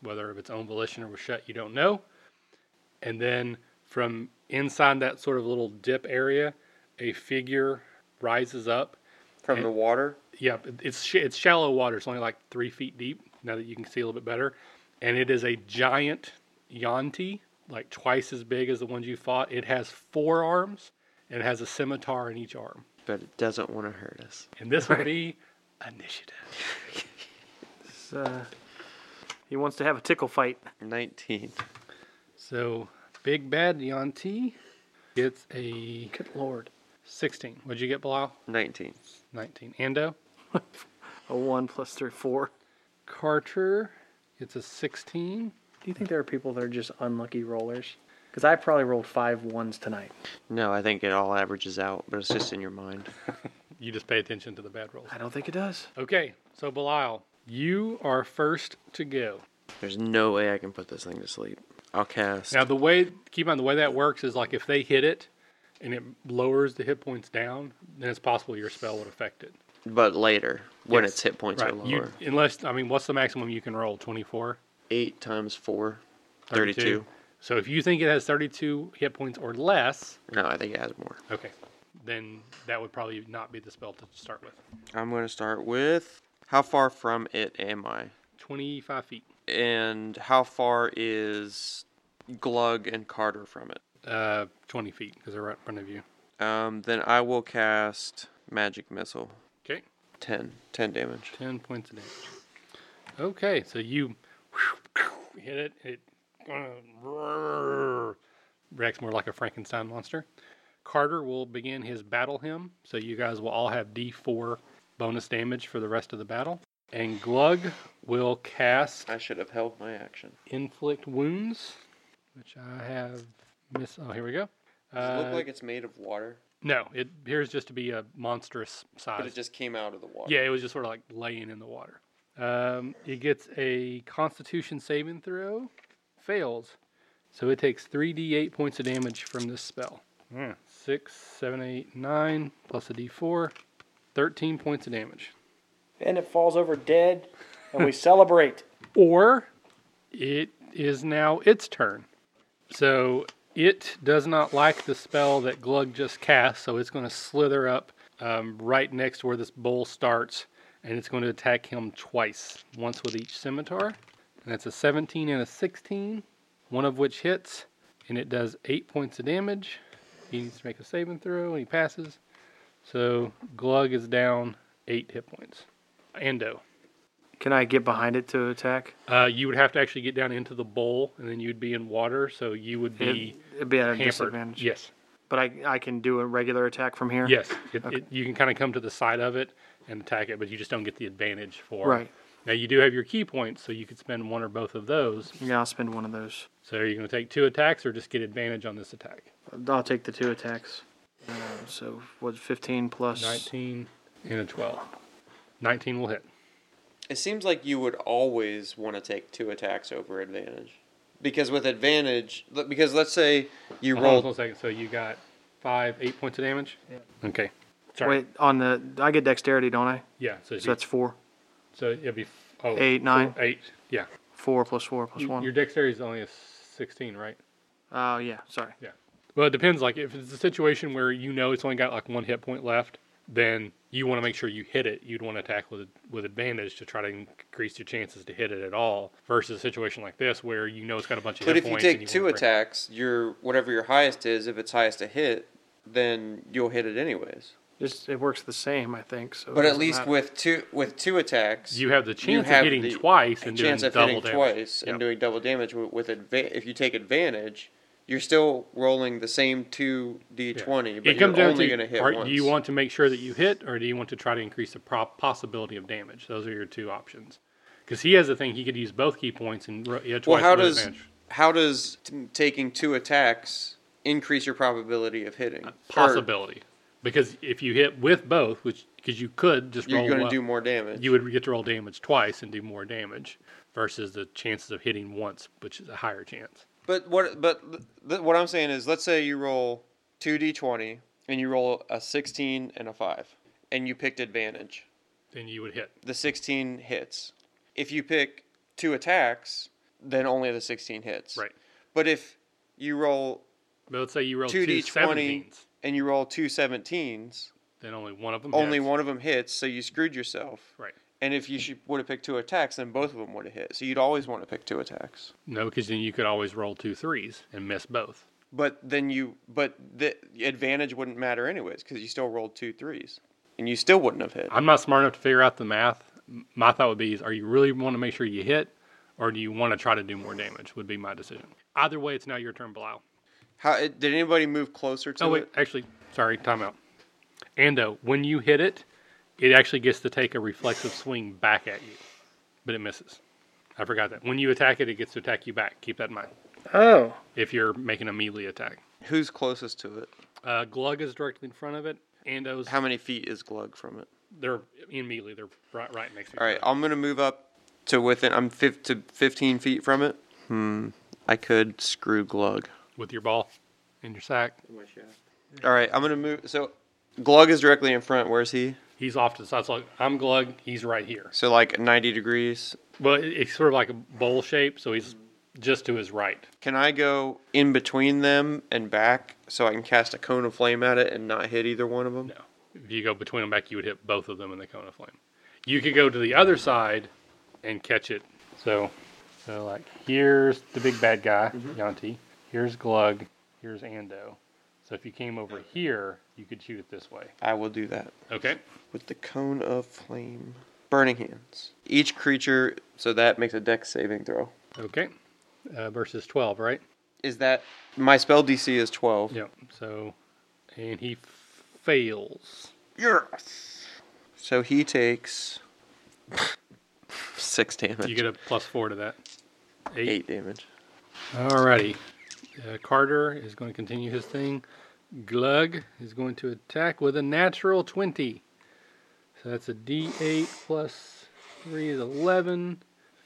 [SPEAKER 1] Whether of its own volition or was shut, you don't know. And then from inside that sort of little dip area, a figure rises up.
[SPEAKER 2] From the water.
[SPEAKER 1] Yeah, it's sh- it's shallow water. It's only like three feet deep. Now that you can see a little bit better, and it is a giant yonti, like twice as big as the ones you fought. It has four arms and it has a scimitar in each arm.
[SPEAKER 2] But it doesn't want to hurt us.
[SPEAKER 1] And this would be initiative.
[SPEAKER 3] This, uh, he wants to have a tickle fight.
[SPEAKER 2] Nineteen.
[SPEAKER 1] So big bad yonti gets a
[SPEAKER 3] Good lord.
[SPEAKER 1] sixteen. What'd you get, Blau?
[SPEAKER 2] Nineteen.
[SPEAKER 1] Nineteen. Ando
[SPEAKER 3] A one plus three, four.
[SPEAKER 1] Carter gets a sixteen.
[SPEAKER 3] Do you think there are people that are just unlucky rollers? Because I probably rolled five ones tonight.
[SPEAKER 2] No, I think it all averages out, but it's just in your mind.
[SPEAKER 1] You just pay attention to the bad rolls.
[SPEAKER 3] I don't think it does.
[SPEAKER 1] Okay, so Belial, you are first to go.
[SPEAKER 2] There's no way I can put this thing to sleep. I'll cast.
[SPEAKER 1] Now the way keep in mind the way that works is like if they hit it and it lowers the hit points down, then it's possible your spell would affect it.
[SPEAKER 2] But later, when
[SPEAKER 1] Yes.
[SPEAKER 2] its hit points are lower.
[SPEAKER 1] You, unless I mean what's the maximum you can roll? 24?
[SPEAKER 2] Eight times four. 32.
[SPEAKER 1] So if you think it has 32 hit points or less,
[SPEAKER 2] No, I think it has more.
[SPEAKER 1] okay, then that would probably not be the spell to start with.
[SPEAKER 2] I'm going to start with how far from it am I?
[SPEAKER 1] 25 feet.
[SPEAKER 2] And how far is Glug and Carter from it?
[SPEAKER 1] Uh 20 feet because they're right in front of you.
[SPEAKER 2] Um, then I will cast Magic Missile.
[SPEAKER 1] Okay.
[SPEAKER 2] 10. 10 damage.
[SPEAKER 1] 10 points of damage. Okay, so you hit it, it uh, reacts more like a Frankenstein monster. Carter will begin his battle hymn, so you guys will all have D4 bonus damage for the rest of the battle. And Glug will cast
[SPEAKER 2] I should have held my action.
[SPEAKER 1] Inflict Wounds, which I have miss. Oh, here we go.
[SPEAKER 2] Does it
[SPEAKER 1] Uh,
[SPEAKER 2] look like it's made of water,
[SPEAKER 1] no, it appears just to be a monstrous size.
[SPEAKER 2] but it just came out of the water.
[SPEAKER 1] uh, Yeah, it was just sort of like laying in the water. Um, it gets a Constitution saving throw, fails, so it takes three d8 points of damage from this spell. Yeah. Six, seven, eight, nine plus a d4, thirteen points of damage.
[SPEAKER 3] And it falls over dead, and we celebrate.
[SPEAKER 1] Or it is now its turn. So it does not like the spell that Glug just cast, so it's going to slither up um, right next to where this bowl starts, and it's going to attack him twice, once with each scimitar. And that's a 17 and a 16, one of which hits, and it does 8 points of damage. He needs to make a saving throw, and he passes. So Glug is down 8 hit points. Ando.
[SPEAKER 3] Can I get behind it to attack?
[SPEAKER 1] Uh, you would have to actually get down into the bowl, and then you'd be in water, so you would be
[SPEAKER 3] It'd be at a
[SPEAKER 1] hampered.
[SPEAKER 3] disadvantage.
[SPEAKER 1] Yes,
[SPEAKER 3] But I, I can do a regular attack from here?
[SPEAKER 1] yes. It, it, you can kind of come to the side of it and attack it, but you just don't get the advantage for.
[SPEAKER 3] Right.
[SPEAKER 1] Now you do have your key points, so you could spend one or both of those.
[SPEAKER 3] Yeah, I'll spend one of those.
[SPEAKER 1] So are you going to take two attacks, or just get advantage on this attack?
[SPEAKER 3] I'll take the two attacks. Uh, so, what, 15 plus?
[SPEAKER 1] Nineteen and a twelve. Nineteen will hit.
[SPEAKER 2] It seems like you would always want to take two attacks over advantage, because with advantage, l- because let's say you
[SPEAKER 1] Hold on
[SPEAKER 2] roll.
[SPEAKER 1] one second. So you got five, eight points of damage. Yeah. Okay. Sorry.
[SPEAKER 3] Wait, on the. I get dexterity, don't I?
[SPEAKER 1] Yeah. So,
[SPEAKER 3] So that's four.
[SPEAKER 1] so it'll be f- oh,
[SPEAKER 3] Eight, nine.
[SPEAKER 1] four, eight. Yeah.
[SPEAKER 3] Four plus four plus
[SPEAKER 1] Your
[SPEAKER 3] one.
[SPEAKER 1] dexterity is only a 16, right?
[SPEAKER 3] Oh, yeah, sorry.
[SPEAKER 1] Well, it depends. Like, if it's a situation where you know it's only got like one hit point left, then you want to make sure you hit it. You'd want to attack with, with advantage to try to increase your chances to hit it at all, versus a situation like this where you know it's got a bunch of
[SPEAKER 2] But
[SPEAKER 1] hit
[SPEAKER 2] if you
[SPEAKER 1] points.
[SPEAKER 2] take two
[SPEAKER 1] wanna break-
[SPEAKER 2] attacks, your whatever your highest is, if it's highest to hit, then you'll hit it anyways.
[SPEAKER 3] Just, it works the same, I think. So it
[SPEAKER 2] But at
[SPEAKER 3] doesn't
[SPEAKER 2] least
[SPEAKER 3] matter.
[SPEAKER 2] with two with two attacks,
[SPEAKER 1] you have the chance
[SPEAKER 2] have
[SPEAKER 1] of hitting
[SPEAKER 2] the
[SPEAKER 1] twice and doing
[SPEAKER 2] chance of
[SPEAKER 1] double
[SPEAKER 2] hitting
[SPEAKER 1] damage.
[SPEAKER 2] twice and
[SPEAKER 1] Yep.
[SPEAKER 2] doing double damage with, with adva- if you take advantage, you're still rolling the same two
[SPEAKER 1] Yeah.
[SPEAKER 2] d20, but
[SPEAKER 1] it comes
[SPEAKER 2] you're
[SPEAKER 1] down
[SPEAKER 2] only
[SPEAKER 1] to
[SPEAKER 2] going to hit
[SPEAKER 1] are-
[SPEAKER 2] once.
[SPEAKER 1] do you want to make sure that you hit, or do you want to try to increase the pro- possibility of damage? Those are your two options. Because he has the thing, he could use both key points and ro- yeah,
[SPEAKER 2] well,
[SPEAKER 1] twice
[SPEAKER 2] how
[SPEAKER 1] with
[SPEAKER 2] does
[SPEAKER 1] advantage.
[SPEAKER 2] how does t- taking two attacks increase your probability of hitting?
[SPEAKER 1] Uh,
[SPEAKER 2] Or
[SPEAKER 1] possibility. Because if you hit with both, which because you could just
[SPEAKER 2] you're
[SPEAKER 1] roll,
[SPEAKER 2] going to
[SPEAKER 1] one-
[SPEAKER 2] do more damage.
[SPEAKER 1] you would get to roll damage twice and do more damage, versus the chances of hitting once, which is a higher chance.
[SPEAKER 2] But what but th- what I'm saying is, let's say you roll two d20 and you roll a 16 and a five, and you picked advantage.
[SPEAKER 1] Then you would hit.
[SPEAKER 2] the 16 hits. If you pick two attacks, then only the 16 hits.
[SPEAKER 1] Right.
[SPEAKER 2] But if you roll
[SPEAKER 1] But let's say you roll
[SPEAKER 2] two
[SPEAKER 1] two
[SPEAKER 2] d20
[SPEAKER 1] 17s,
[SPEAKER 2] and you roll two 17s,
[SPEAKER 1] then only one of them.
[SPEAKER 2] only
[SPEAKER 1] hits.
[SPEAKER 2] one of them hits, so you screwed yourself.
[SPEAKER 1] Right.
[SPEAKER 2] And if you should, would have picked two attacks, then both of them would have hit. So you'd always want to pick two attacks.
[SPEAKER 1] No, because then you could always roll two threes and miss both.
[SPEAKER 2] But then you, but the advantage wouldn't matter anyways because you still rolled two threes, and you still wouldn't have hit.
[SPEAKER 1] I'm not smart enough to figure out the math. M- My thought would be: is Are you really want to make sure you hit, or do you want to try to do more damage? Would be my decision. Either way, it's now your turn, Blau.
[SPEAKER 2] How did anybody move closer to
[SPEAKER 1] Oh wait,
[SPEAKER 2] it?
[SPEAKER 1] actually, sorry, timeout. Ando, when you hit it, it actually gets to take a reflexive swing back at you, but it misses. I forgot that. When you attack it, it gets to attack you back. Keep that in mind
[SPEAKER 3] Oh.
[SPEAKER 1] if you're making a melee attack.
[SPEAKER 2] Who's closest to it?
[SPEAKER 1] Uh, Glug is directly in front of it. Ando's
[SPEAKER 2] How many feet is Glug from it?
[SPEAKER 1] they're in melee. They're right, right next to each
[SPEAKER 2] All right,
[SPEAKER 1] other.
[SPEAKER 2] I'm gonna move up to within. I'm fif- to 15 feet from it. Hmm. I could screw Glug.
[SPEAKER 1] with your ball in your sack.
[SPEAKER 2] All right, I'm gonna move. So Glug is directly in front. Where's he?
[SPEAKER 1] He's off to the side. So I'm Glug. He's right here.
[SPEAKER 2] So like 90 degrees.
[SPEAKER 1] Well, it- it's sort of like a bowl shape, so he's just to his right.
[SPEAKER 2] Can I go in between them and back so I can cast a cone of flame at it and not hit either one of them?
[SPEAKER 1] No. If you go between them back, you would hit both of them in the cone of flame. You could go to the other side and catch it. So, so like here's the big bad guy, Yanti. Here's Glug. Here's Ando. So if you came over here, you could shoot it this way.
[SPEAKER 2] I will do that
[SPEAKER 1] Okay.
[SPEAKER 2] with the cone of flame. Burning hands. Each creature. So that makes a dex saving throw.
[SPEAKER 1] Okay. uh, versus 12, right?
[SPEAKER 2] Is that my spell DC is twelve?
[SPEAKER 1] Yep. So, and he f- fails.
[SPEAKER 2] Yes. So he takes six damage.
[SPEAKER 1] You get a plus four to that. Eight.
[SPEAKER 2] eight damage.
[SPEAKER 1] Alrighty. Uh, Carter is going to continue his thing. Glug is going to attack with a natural 20. So that's a d8 plus 3 is 11,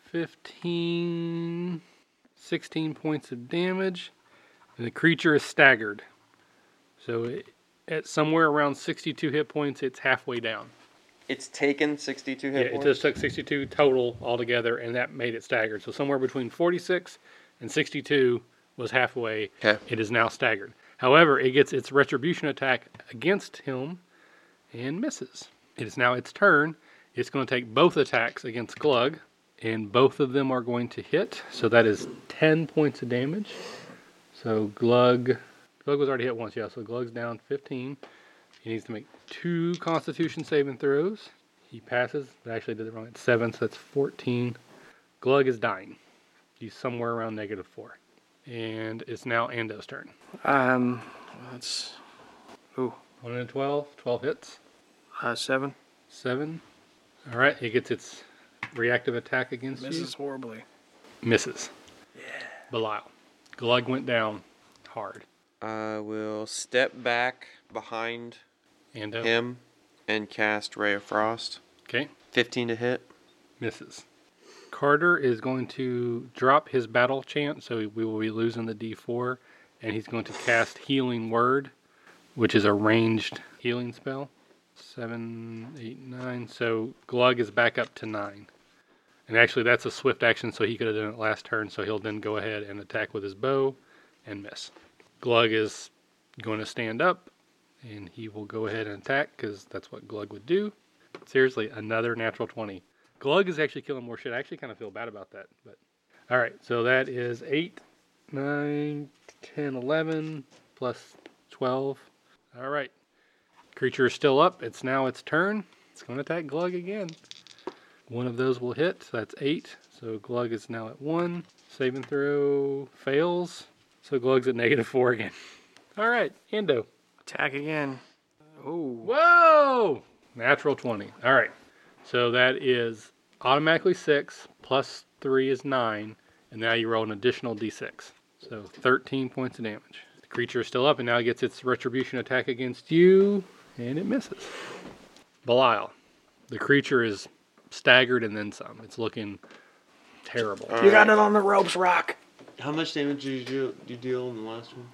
[SPEAKER 1] 15, 16 points of damage. And the creature is staggered. So it, at somewhere around 62 hit points, it's halfway down.
[SPEAKER 2] It's taken sixty-two
[SPEAKER 1] Yeah,
[SPEAKER 2] hit
[SPEAKER 1] it
[SPEAKER 2] points.
[SPEAKER 1] just took 62 total altogether, and that made it staggered. So somewhere between 46 and 62 was halfway.
[SPEAKER 2] Okay.
[SPEAKER 1] It is now staggered. However, it gets its retribution attack against him and misses. It is now its turn. It's going to take both attacks against Glug, and both of them are going to hit. So that is 10 points of damage. So Glug, Glug was already hit once, yeah. So Glug's down 15. He needs to make two Constitution saving throws. He passes, but actually did it wrong. It's seven, so that's 14. Glug is dying. He's somewhere around negative four. And it's now Ando's turn.
[SPEAKER 3] Um, that's ooh,
[SPEAKER 1] One and a 12, 12 hits,
[SPEAKER 3] uh, seven.
[SPEAKER 1] seven. All right, it gets its reactive attack against
[SPEAKER 3] Misses horribly.
[SPEAKER 1] you. Misses. Yeah. Belial. Glug went down hard.
[SPEAKER 2] I will step back behind
[SPEAKER 1] Ando,
[SPEAKER 2] him and cast Ray of Frost.
[SPEAKER 1] okay,
[SPEAKER 2] Fifteen to hit.
[SPEAKER 1] misses. Carter is going to drop his battle chant, so we will be losing the D4, and he's going to cast Healing Word, which is a ranged healing spell. Seven, eight, nine. So Glug is back up to nine. And actually, that's a swift action, so he could have done it last turn, so he'll then go ahead and attack with his bow and miss. Glug is going to stand up, and he will go ahead and attack because that's what Glug would do. Seriously, another natural 20. Glug is actually killing more shit. I actually kind of feel bad about that. But all right, so that is 8, 9, 10, 11, plus 12. All right. Creature is still up. It's now its turn. It's going to attack Glug again. One of those will hit. So that's 8. So Glug is now at 1. Saving throw fails. So Glug's at negative 4 again. All right, Endo.
[SPEAKER 3] Attack again. Oh,
[SPEAKER 1] Whoa! Natural 20. All right. So that is automatically six, plus three is nine, and now you roll an additional d6. So 13 points of damage. The creature is still up and now gets its retribution attack against you, and it misses. Belial. The creature is staggered and then some. It's looking terrible.
[SPEAKER 2] Uh.
[SPEAKER 3] you got it on the ropes, Rock.
[SPEAKER 2] How much damage did you deal, you deal in the last one?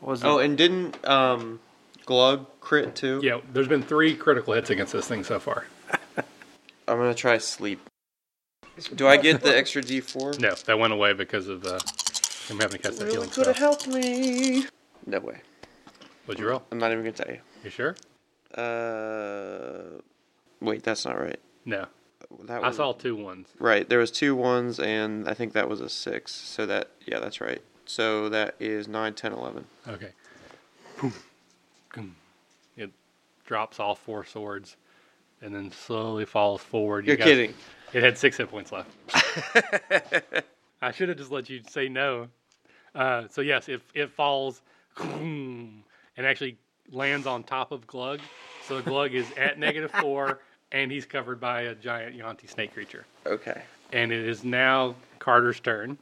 [SPEAKER 3] Was
[SPEAKER 2] Oh, and didn't um, Glug crit too?
[SPEAKER 1] Yeah, there's been three critical hits against this thing so far.
[SPEAKER 2] I'm gonna try sleep. Do I get the extra D4?
[SPEAKER 1] No, that went away because of uh, him having to cast that healing
[SPEAKER 2] coulda
[SPEAKER 1] spell.
[SPEAKER 2] helped me. No way.
[SPEAKER 1] What'd you roll?
[SPEAKER 2] I'm not even gonna tell you.
[SPEAKER 1] You sure?
[SPEAKER 2] Uh, wait, that's not right.
[SPEAKER 1] No,
[SPEAKER 2] That
[SPEAKER 1] I
[SPEAKER 2] was,
[SPEAKER 1] saw two ones.
[SPEAKER 2] Right, there was two ones, and I think that was a six. So that, yeah, that's right. So that is 9, 10, 11.
[SPEAKER 1] Okay. Boom. It drops all four swords and then slowly falls forward. You
[SPEAKER 2] You're
[SPEAKER 1] guys-
[SPEAKER 2] kidding.
[SPEAKER 1] It had six hit points left. I should have just let you say no. Uh, so, yes, it, it falls and actually lands on top of Glug. So, Glug is at negative four and he's covered by a giant Yonti snake creature.
[SPEAKER 2] Okay.
[SPEAKER 1] And it is now Carter's turn.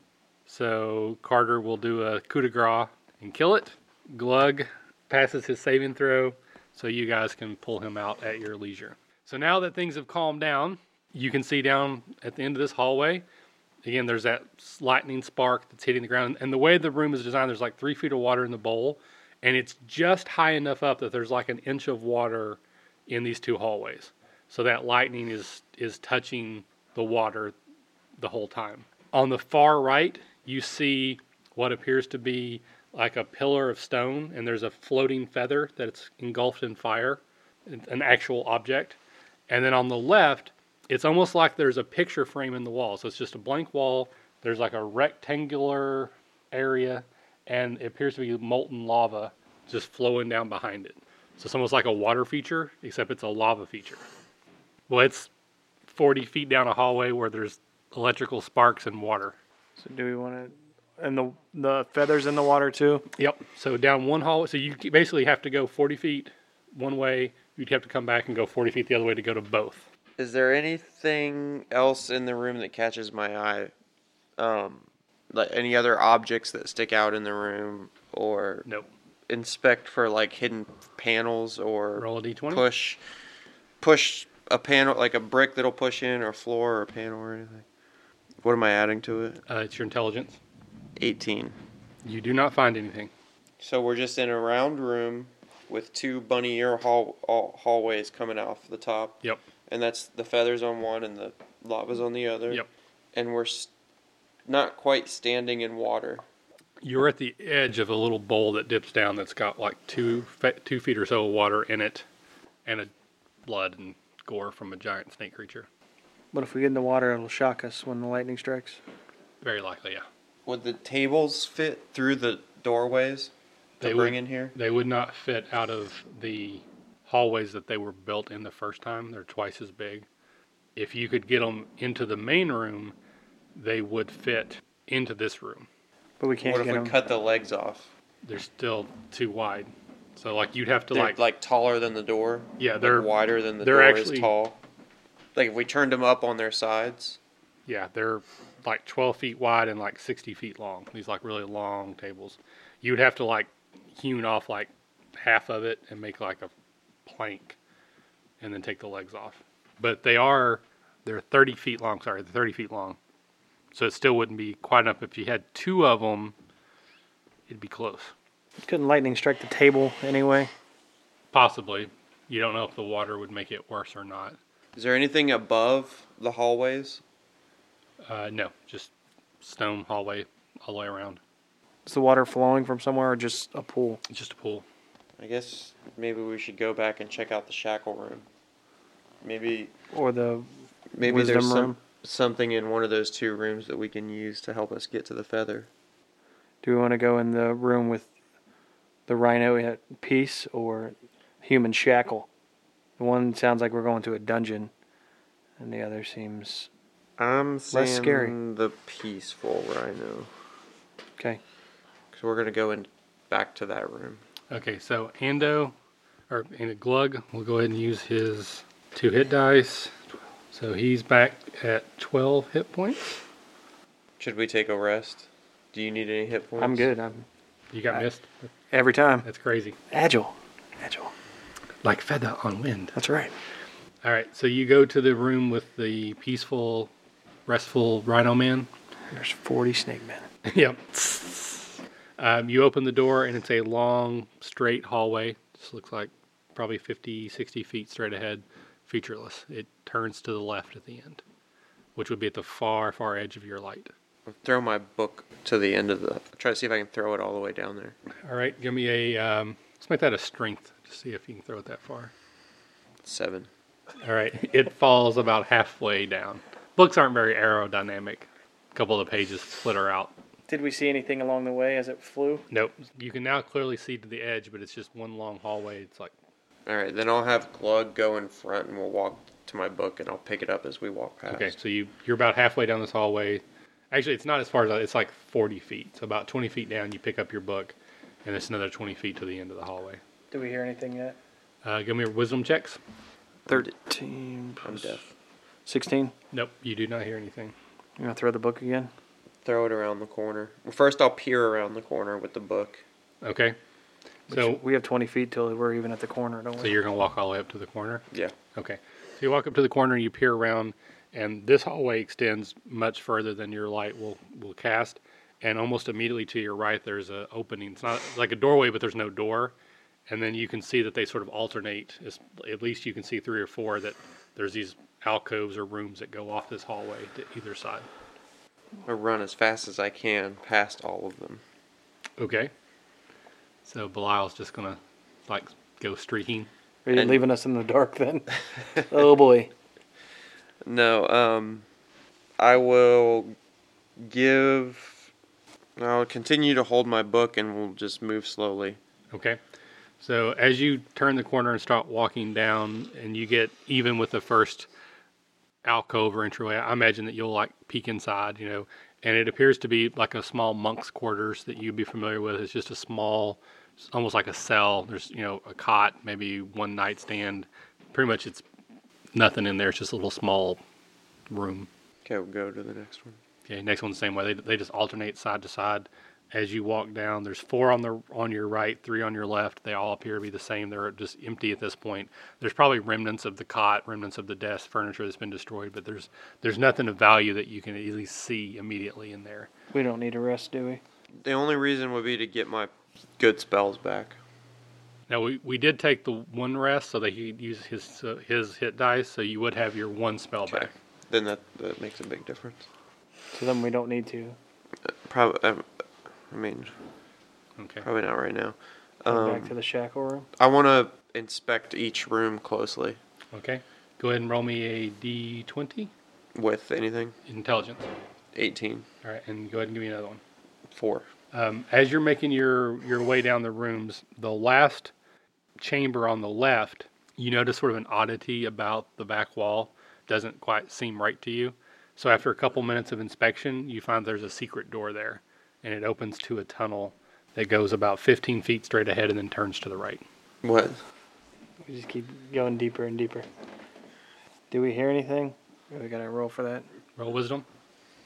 [SPEAKER 1] So Carter will do a coup de grace and kill it. Glug passes his saving throw, so you guys can pull him out at your leisure. So now that things have calmed down, you can see down at the end of this hallway. Again, there's that s- lightning spark that's hitting the ground. And the way the room is designed, there's like three feet of water in the bowl, and it's just high enough up that there's like an inch of water in these two hallways. So that lightning is is touching the water the whole time. On the far right, you see what appears to be like a pillar of stone, and there's a floating feather that's engulfed in fire, an an actual object. And then on the left, it's almost like there's a picture frame in the wall. So it's just a blank wall. There's like a rectangular area, and it appears to be molten lava just flowing down behind it. So it's almost like a water feature, except it's a lava feature. Well, it's 40 feet down a hallway where there's electrical sparks and water.
[SPEAKER 3] so do we want to and the the feathers in the water too.
[SPEAKER 1] Yep. So down one hall. So you basically have to go 40 feet one way. You'd have to come back and go 40 feet the other way to go to both.
[SPEAKER 2] Is there anything else in the room that catches my eye? Um, like any other objects that stick out in the room, or
[SPEAKER 1] Nope.
[SPEAKER 2] inspect for like hidden panels, or
[SPEAKER 1] Roll a d20.
[SPEAKER 2] push, push a panel like a brick that'll push in, or floor, or a panel, or anything? What am I adding to it?
[SPEAKER 1] Uh, it's your intelligence.
[SPEAKER 2] Eighteen.
[SPEAKER 1] You do not find anything.
[SPEAKER 2] So we're just in a round room with two bunny ear hall, all, hallways coming off the top.
[SPEAKER 1] Yep.
[SPEAKER 2] And that's the feathers on one and the lava's on the other.
[SPEAKER 1] Yep.
[SPEAKER 2] And we're s not quite standing in water.
[SPEAKER 1] You're at the edge of a little bowl that dips down that's got like two fe- two feet or so of water in it, and a blood and gore from a giant snake creature.
[SPEAKER 3] But if we get in the water, it'll shock us when the lightning strikes.
[SPEAKER 1] Very likely, yeah.
[SPEAKER 2] Would the tables fit through the doorways to
[SPEAKER 1] They
[SPEAKER 2] bring
[SPEAKER 1] would.
[SPEAKER 2] in here?
[SPEAKER 1] They would not fit out of the hallways that they were built in the first time. They're twice as big. If you could get them into the main room, they would fit into this room.
[SPEAKER 3] But we can't
[SPEAKER 2] What if
[SPEAKER 3] get
[SPEAKER 2] we
[SPEAKER 3] them.
[SPEAKER 2] cut the legs off?
[SPEAKER 1] They're still too wide. So like you'd have to
[SPEAKER 2] They're
[SPEAKER 1] like,
[SPEAKER 2] like, taller than the door.
[SPEAKER 1] yeah,
[SPEAKER 2] like,
[SPEAKER 1] they're
[SPEAKER 2] wider than the
[SPEAKER 1] they're
[SPEAKER 2] door
[SPEAKER 1] actually-
[SPEAKER 2] is tall. Like if we turned them up on their sides.
[SPEAKER 1] yeah, they're like 12 feet wide and like 60 feet long. These like really long tables. You would have to like hewn off like half of it and make like a plank and then take the legs off. But they are, they're 30 feet long. Sorry, they're 30 feet long. So it still wouldn't be quite enough. If you had two of them, it'd be close.
[SPEAKER 3] Couldn't lightning strike the table anyway?
[SPEAKER 1] Possibly. You don't know if the water would make it worse or not.
[SPEAKER 2] Is there anything above the hallways?
[SPEAKER 1] Uh, no, just stone hallway all the way around.
[SPEAKER 3] Is the water flowing from somewhere or just a pool?
[SPEAKER 1] It's just a pool.
[SPEAKER 2] I guess maybe we should go back and check out the shackle room. Maybe
[SPEAKER 3] Or the
[SPEAKER 2] maybe
[SPEAKER 3] Wisdom
[SPEAKER 2] there's some,
[SPEAKER 3] room?
[SPEAKER 2] something in one of those two rooms that we can use to help us get to the feather.
[SPEAKER 3] do we want to go in the room with the rhino at peace or human shackle? The one sounds like we're going to a dungeon, and the other seems
[SPEAKER 2] I'm saying
[SPEAKER 3] Less scary.
[SPEAKER 2] the peaceful rhino.
[SPEAKER 3] okay.
[SPEAKER 2] Because we're gonna go in back to that room.
[SPEAKER 1] Okay, so Ando or and Glug will go ahead and use his two hit dice. So he's back at twelve hit points.
[SPEAKER 2] Should we take a rest? Do you need any hit points?
[SPEAKER 3] I'm good. I'm
[SPEAKER 1] You got missed.
[SPEAKER 3] every time
[SPEAKER 1] That's crazy.
[SPEAKER 3] agile, agile.
[SPEAKER 1] Like feather on wind.
[SPEAKER 3] That's right.
[SPEAKER 1] All right, so you go to the room with the peaceful, restful Rhino Man.
[SPEAKER 3] There's 40 snake men.
[SPEAKER 1] yep. Um, you open the door and it's a long, straight hallway. Just looks like probably 50, 60 feet straight ahead, featureless. It turns to the left at the end, which would be at the far, far edge of your light.
[SPEAKER 2] Throw my book to the end of the. Try to see if I can throw it all the way down there.
[SPEAKER 1] All right, give me a. Um, let's make that a strength to see if you can throw it that far.
[SPEAKER 2] Seven.
[SPEAKER 1] All right, it falls about halfway down. Books aren't very aerodynamic. A couple of the pages flitter out.
[SPEAKER 3] Did we see anything along the way as it flew?
[SPEAKER 1] Nope. You can now clearly see to the edge, but it's just one long hallway. It's like
[SPEAKER 2] All right, then I'll have Glug go in front, and we'll walk to my book, and I'll pick it up as we walk past.
[SPEAKER 1] Okay, so you you're about halfway down this hallway. Actually, it's not as far as that. It's like 40 feet. So about 20 feet down, you pick up your book, and it's another 20 feet to the end of the hallway.
[SPEAKER 3] Did we hear anything yet?
[SPEAKER 1] Uh, give me your wisdom checks.
[SPEAKER 3] 13
[SPEAKER 2] I'm deaf.
[SPEAKER 3] 16.
[SPEAKER 1] Nope, you do not hear anything.
[SPEAKER 3] You want to throw the book again?
[SPEAKER 2] Throw it around the corner. Well, first, I'll peer around the corner with the book.
[SPEAKER 1] Okay, so
[SPEAKER 3] we have 20 feet till we're even at the corner, don't we?
[SPEAKER 1] so you're gonna walk all the way up to the corner.
[SPEAKER 2] Yeah.
[SPEAKER 1] Okay, so you walk up to the corner, you peer around, and this hallway extends much further than your light will will cast. And almost immediately to your right, there's a opening. It's not like a doorway, but there's no door. And then you can see that they sort of alternate. It's, at least you can see three or four that there's these alcoves or rooms that go off this hallway to either side.
[SPEAKER 2] I run as fast as I can past all of them.
[SPEAKER 1] Okay. So Belial's just gonna like go streaking.
[SPEAKER 3] Are you
[SPEAKER 2] And-
[SPEAKER 3] leaving us in the dark then? oh boy.
[SPEAKER 2] No, um, I will give. I'll continue to hold my book, and we'll just move slowly.
[SPEAKER 1] Okay. So as you turn the corner and start walking down, and you get even with the first alcove or entryway, I imagine that you'll like peek inside, you know, and it appears to be like a small monk's quarters that you'd be familiar with. It's just a small, it's almost like a cell. There's you know a cot, maybe one nightstand. Pretty much, it's nothing in there. It's just a little small room.
[SPEAKER 2] Okay, we'll go to the next one.
[SPEAKER 1] Okay, next one's the same way. They, they just alternate side to side as you walk down. There's four on the on your right, three on your left. They all appear to be the same. They're just empty at this point. There's probably remnants of the cot, remnants of the desk furniture that's been destroyed, but there's there's nothing of value that you can easily see immediately in there.
[SPEAKER 3] We don't need a rest, do we?
[SPEAKER 2] The only reason would be to get my good spells back.
[SPEAKER 1] Now we, we did take the one rest so that he could use his uh, his hit dice, so you would have your one spell
[SPEAKER 2] Okay.
[SPEAKER 1] back.
[SPEAKER 2] Then that, that makes a big difference.
[SPEAKER 3] So then we don't need to.
[SPEAKER 2] Probably, I, I mean,
[SPEAKER 1] Okay.
[SPEAKER 2] probably not right now.
[SPEAKER 3] Go back
[SPEAKER 2] Um,
[SPEAKER 3] to the shackle room.
[SPEAKER 2] I want to inspect each room closely
[SPEAKER 1] Okay. Go ahead and roll me a D twenty
[SPEAKER 2] with anything.
[SPEAKER 1] intelligence.
[SPEAKER 2] 18,
[SPEAKER 1] All right, and go ahead and give me another one.
[SPEAKER 2] 4.
[SPEAKER 1] Um, as you're making your your way down the rooms, the last chamber on the left, you notice sort of an oddity about the back wall. Doesn't quite seem right to you. So after a couple minutes of inspection, you find there's a secret door there, and it opens to a tunnel that goes about 15 feet straight ahead and then turns to the right.
[SPEAKER 2] What?
[SPEAKER 3] We just keep going deeper and deeper. Do we hear anything? We gotta roll for that.
[SPEAKER 1] Roll wisdom.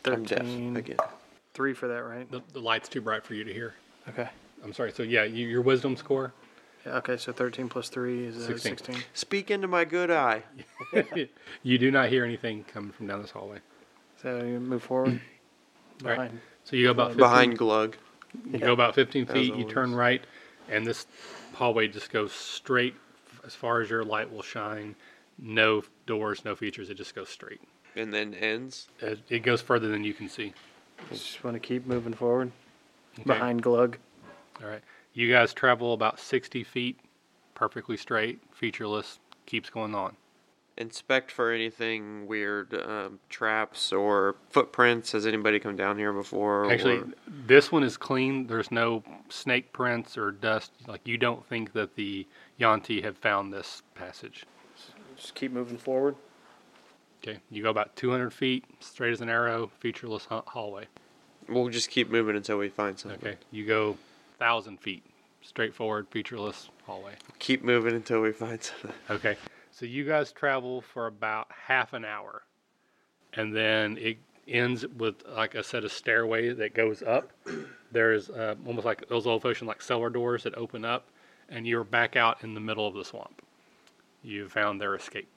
[SPEAKER 2] I'm deaf again.
[SPEAKER 3] Three for that, right?
[SPEAKER 1] The, the light's too bright for you to hear.
[SPEAKER 3] Okay.
[SPEAKER 1] I'm sorry. So yeah, you, your wisdom score.
[SPEAKER 3] Yeah, okay, so 13 plus 3 is uh,
[SPEAKER 1] 16.
[SPEAKER 3] 16.
[SPEAKER 2] Speak into my good eye.
[SPEAKER 1] you do not hear anything coming from down this hallway.
[SPEAKER 3] So you move forward.
[SPEAKER 1] Right.
[SPEAKER 3] Behind.
[SPEAKER 1] So you go about 15,
[SPEAKER 2] Behind Glug.
[SPEAKER 1] You go about 15
[SPEAKER 2] As
[SPEAKER 1] feet, you turn
[SPEAKER 2] always.
[SPEAKER 1] right, and this hallway just goes straight f- as far as your light will shine. No f- doors, no features. It just goes straight.
[SPEAKER 2] And then ends.
[SPEAKER 1] It, it goes further than you can see.
[SPEAKER 3] Just want to keep moving forward.
[SPEAKER 1] Okay?
[SPEAKER 3] Behind Glug.
[SPEAKER 1] All right. You guys travel about 60 feet, perfectly straight, featureless, keeps going on.
[SPEAKER 2] Inspect for anything weird, um, traps or footprints. Has anybody come down here before?
[SPEAKER 1] Actually,
[SPEAKER 2] or-
[SPEAKER 1] this one is clean. There's no snake prints or dust. Like, you don't think that the Yanti have found this passage.
[SPEAKER 3] Just keep moving forward.
[SPEAKER 1] Okay. You go about 200 feet, straight as an arrow, featureless hu- hallway.
[SPEAKER 2] we'll just keep moving until we find something.
[SPEAKER 1] Okay, you go thousand feet straight forward, featureless hallway.
[SPEAKER 2] Keep moving until we find something.
[SPEAKER 1] Okay, so you guys travel for about half an hour, and then it ends with like a set of stairway that goes up. There is uh, almost like those old-fashioned like cellar doors that open up, and you're back out in the middle of the swamp. You found their escape.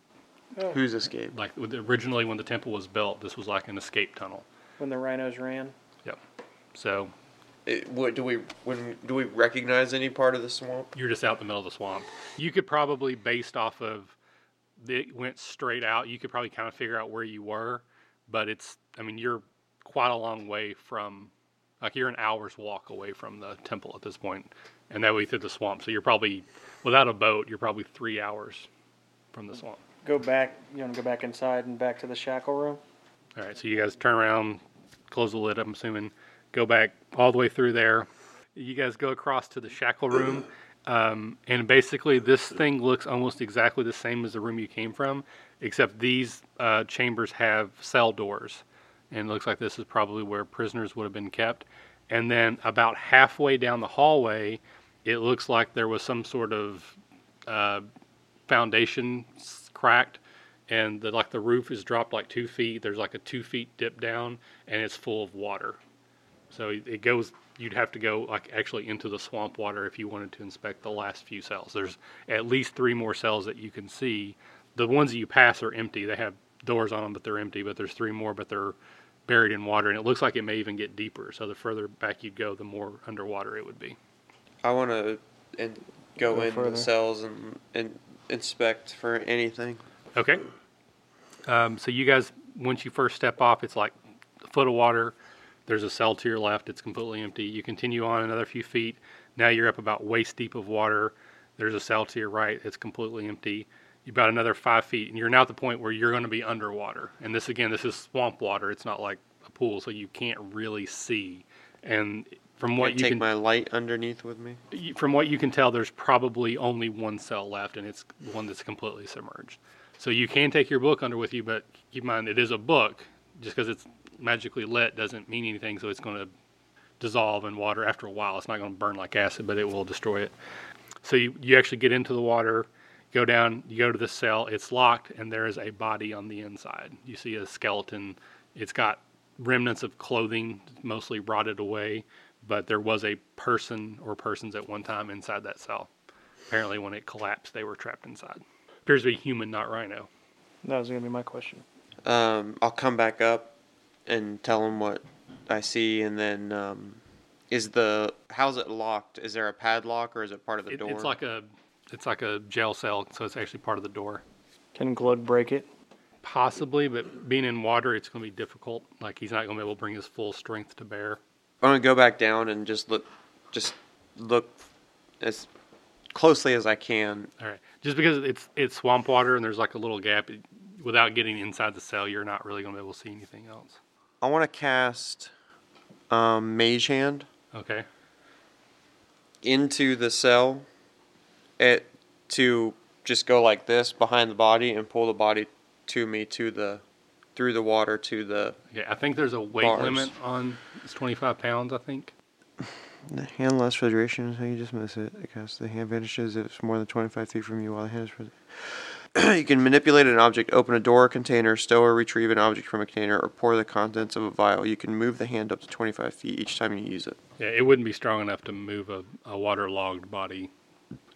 [SPEAKER 1] Oh.
[SPEAKER 2] Who's escaped?
[SPEAKER 1] Like with- originally when the temple was built, this was like an escape tunnel.
[SPEAKER 3] When the rhinos ran.
[SPEAKER 1] Yep. So
[SPEAKER 2] It, what, do we when do we recognize any part of the swamp?
[SPEAKER 1] you're just out in the middle of the swamp. You could probably, based off of it went straight out, you could probably kind of figure out where you were, but it's, I mean, you're quite a long way from, like, you're an hour's walk away from the temple at this point, and that way through the swamp. So you're probably, without a boat, you're probably three hours from the swamp.
[SPEAKER 3] Go back. You want to go back inside and back to the shackle room?
[SPEAKER 1] All right, so you guys turn around, close the lid, I'm assuming, go back all the way through there. You guys go across to the shackle room, um, and basically this thing looks almost exactly the same as the room you came from, except these uh, chambers have cell doors, and it looks like this is probably where prisoners would have been kept. And then about halfway down the hallway, it looks like there was some sort of uh, foundation s- cracked and the, like the roof is dropped like two feet there's like a two feet dip down and it's full of water so it it goes you'd have to go like actually into the swamp water if you wanted to inspect the last few cells there's at least three more cells that you can see the ones that you pass are empty they have doors on them but they're empty but there's three more but they're buried in water and it looks like it may even get deeper so the further back you go the more underwater it would be
[SPEAKER 2] I want to and go,
[SPEAKER 3] Go
[SPEAKER 2] into
[SPEAKER 3] further.
[SPEAKER 2] the cells and and inspect for anything.
[SPEAKER 1] Okay. Um, so you guys, once you first step off, it's like a foot of water. There's a cell to your left. It's completely empty. You continue on another few feet. Now you're up about waist deep of water. There's a cell to your right. It's completely empty. You've got another five feet, and you're now at the point where you're going to be underwater. And this again, this is swamp water. It's not like a pool, so you can't really see. And from
[SPEAKER 2] Can I
[SPEAKER 1] what you
[SPEAKER 2] take
[SPEAKER 1] can
[SPEAKER 2] my light underneath with me?
[SPEAKER 1] you- from what you can tell, there's probably only one cell left, and it's one that's completely submerged. So you can take your book under with you, but keep in mind it is a book. Just because it's magically lit doesn't mean anything, so it's going to dissolve in water after a while. It's not going to burn like acid, but it will destroy it. So you, you actually get into the water, go down, you go to the cell, it's locked, and there is a body on the inside. You see a skeleton. It's got remnants of clothing, mostly rotted away, but there was a person or persons at one time inside that cell. Apparently, when it collapsed, they were trapped inside. Appears to be human, not rhino.
[SPEAKER 3] That was gonna be my question.
[SPEAKER 2] Um, I'll come back up and tell them what I see, and then um, is the how's it locked? Is there a padlock or is it part of the
[SPEAKER 1] It,
[SPEAKER 2] door?
[SPEAKER 1] it's like a it's like a jail cell, so it's actually part of the door.
[SPEAKER 3] Can Glug break it?
[SPEAKER 1] Possibly, but being in water, it's going to be difficult. Like he's not going to be able to bring his full strength to bear.
[SPEAKER 2] I'm gonna go back down and just look, just look as closely as I can.
[SPEAKER 1] All right, just because it's it's swamp water and there's like a little gap, it- without getting inside the cell, you're not really going to be able to see anything else.
[SPEAKER 2] I want to cast um, Mage Hand
[SPEAKER 1] Okay.
[SPEAKER 2] into the cell, it to just go like this behind the body and pull the body to me to the through the water to the
[SPEAKER 1] Okay. I think there's a weight
[SPEAKER 2] Bars.
[SPEAKER 1] limit on it's 25 pounds. I think.
[SPEAKER 2] The hand lost for duration until you dismiss it. It casts the hand vanishes if it's more than 25 feet from you while the hand is present. you can manipulate an object, open a door or container, stow or retrieve an object from a container, or pour the contents of a vial. You can move the hand up to 25 feet each time you use it.
[SPEAKER 1] Yeah, it wouldn't be strong enough to move a, a waterlogged body.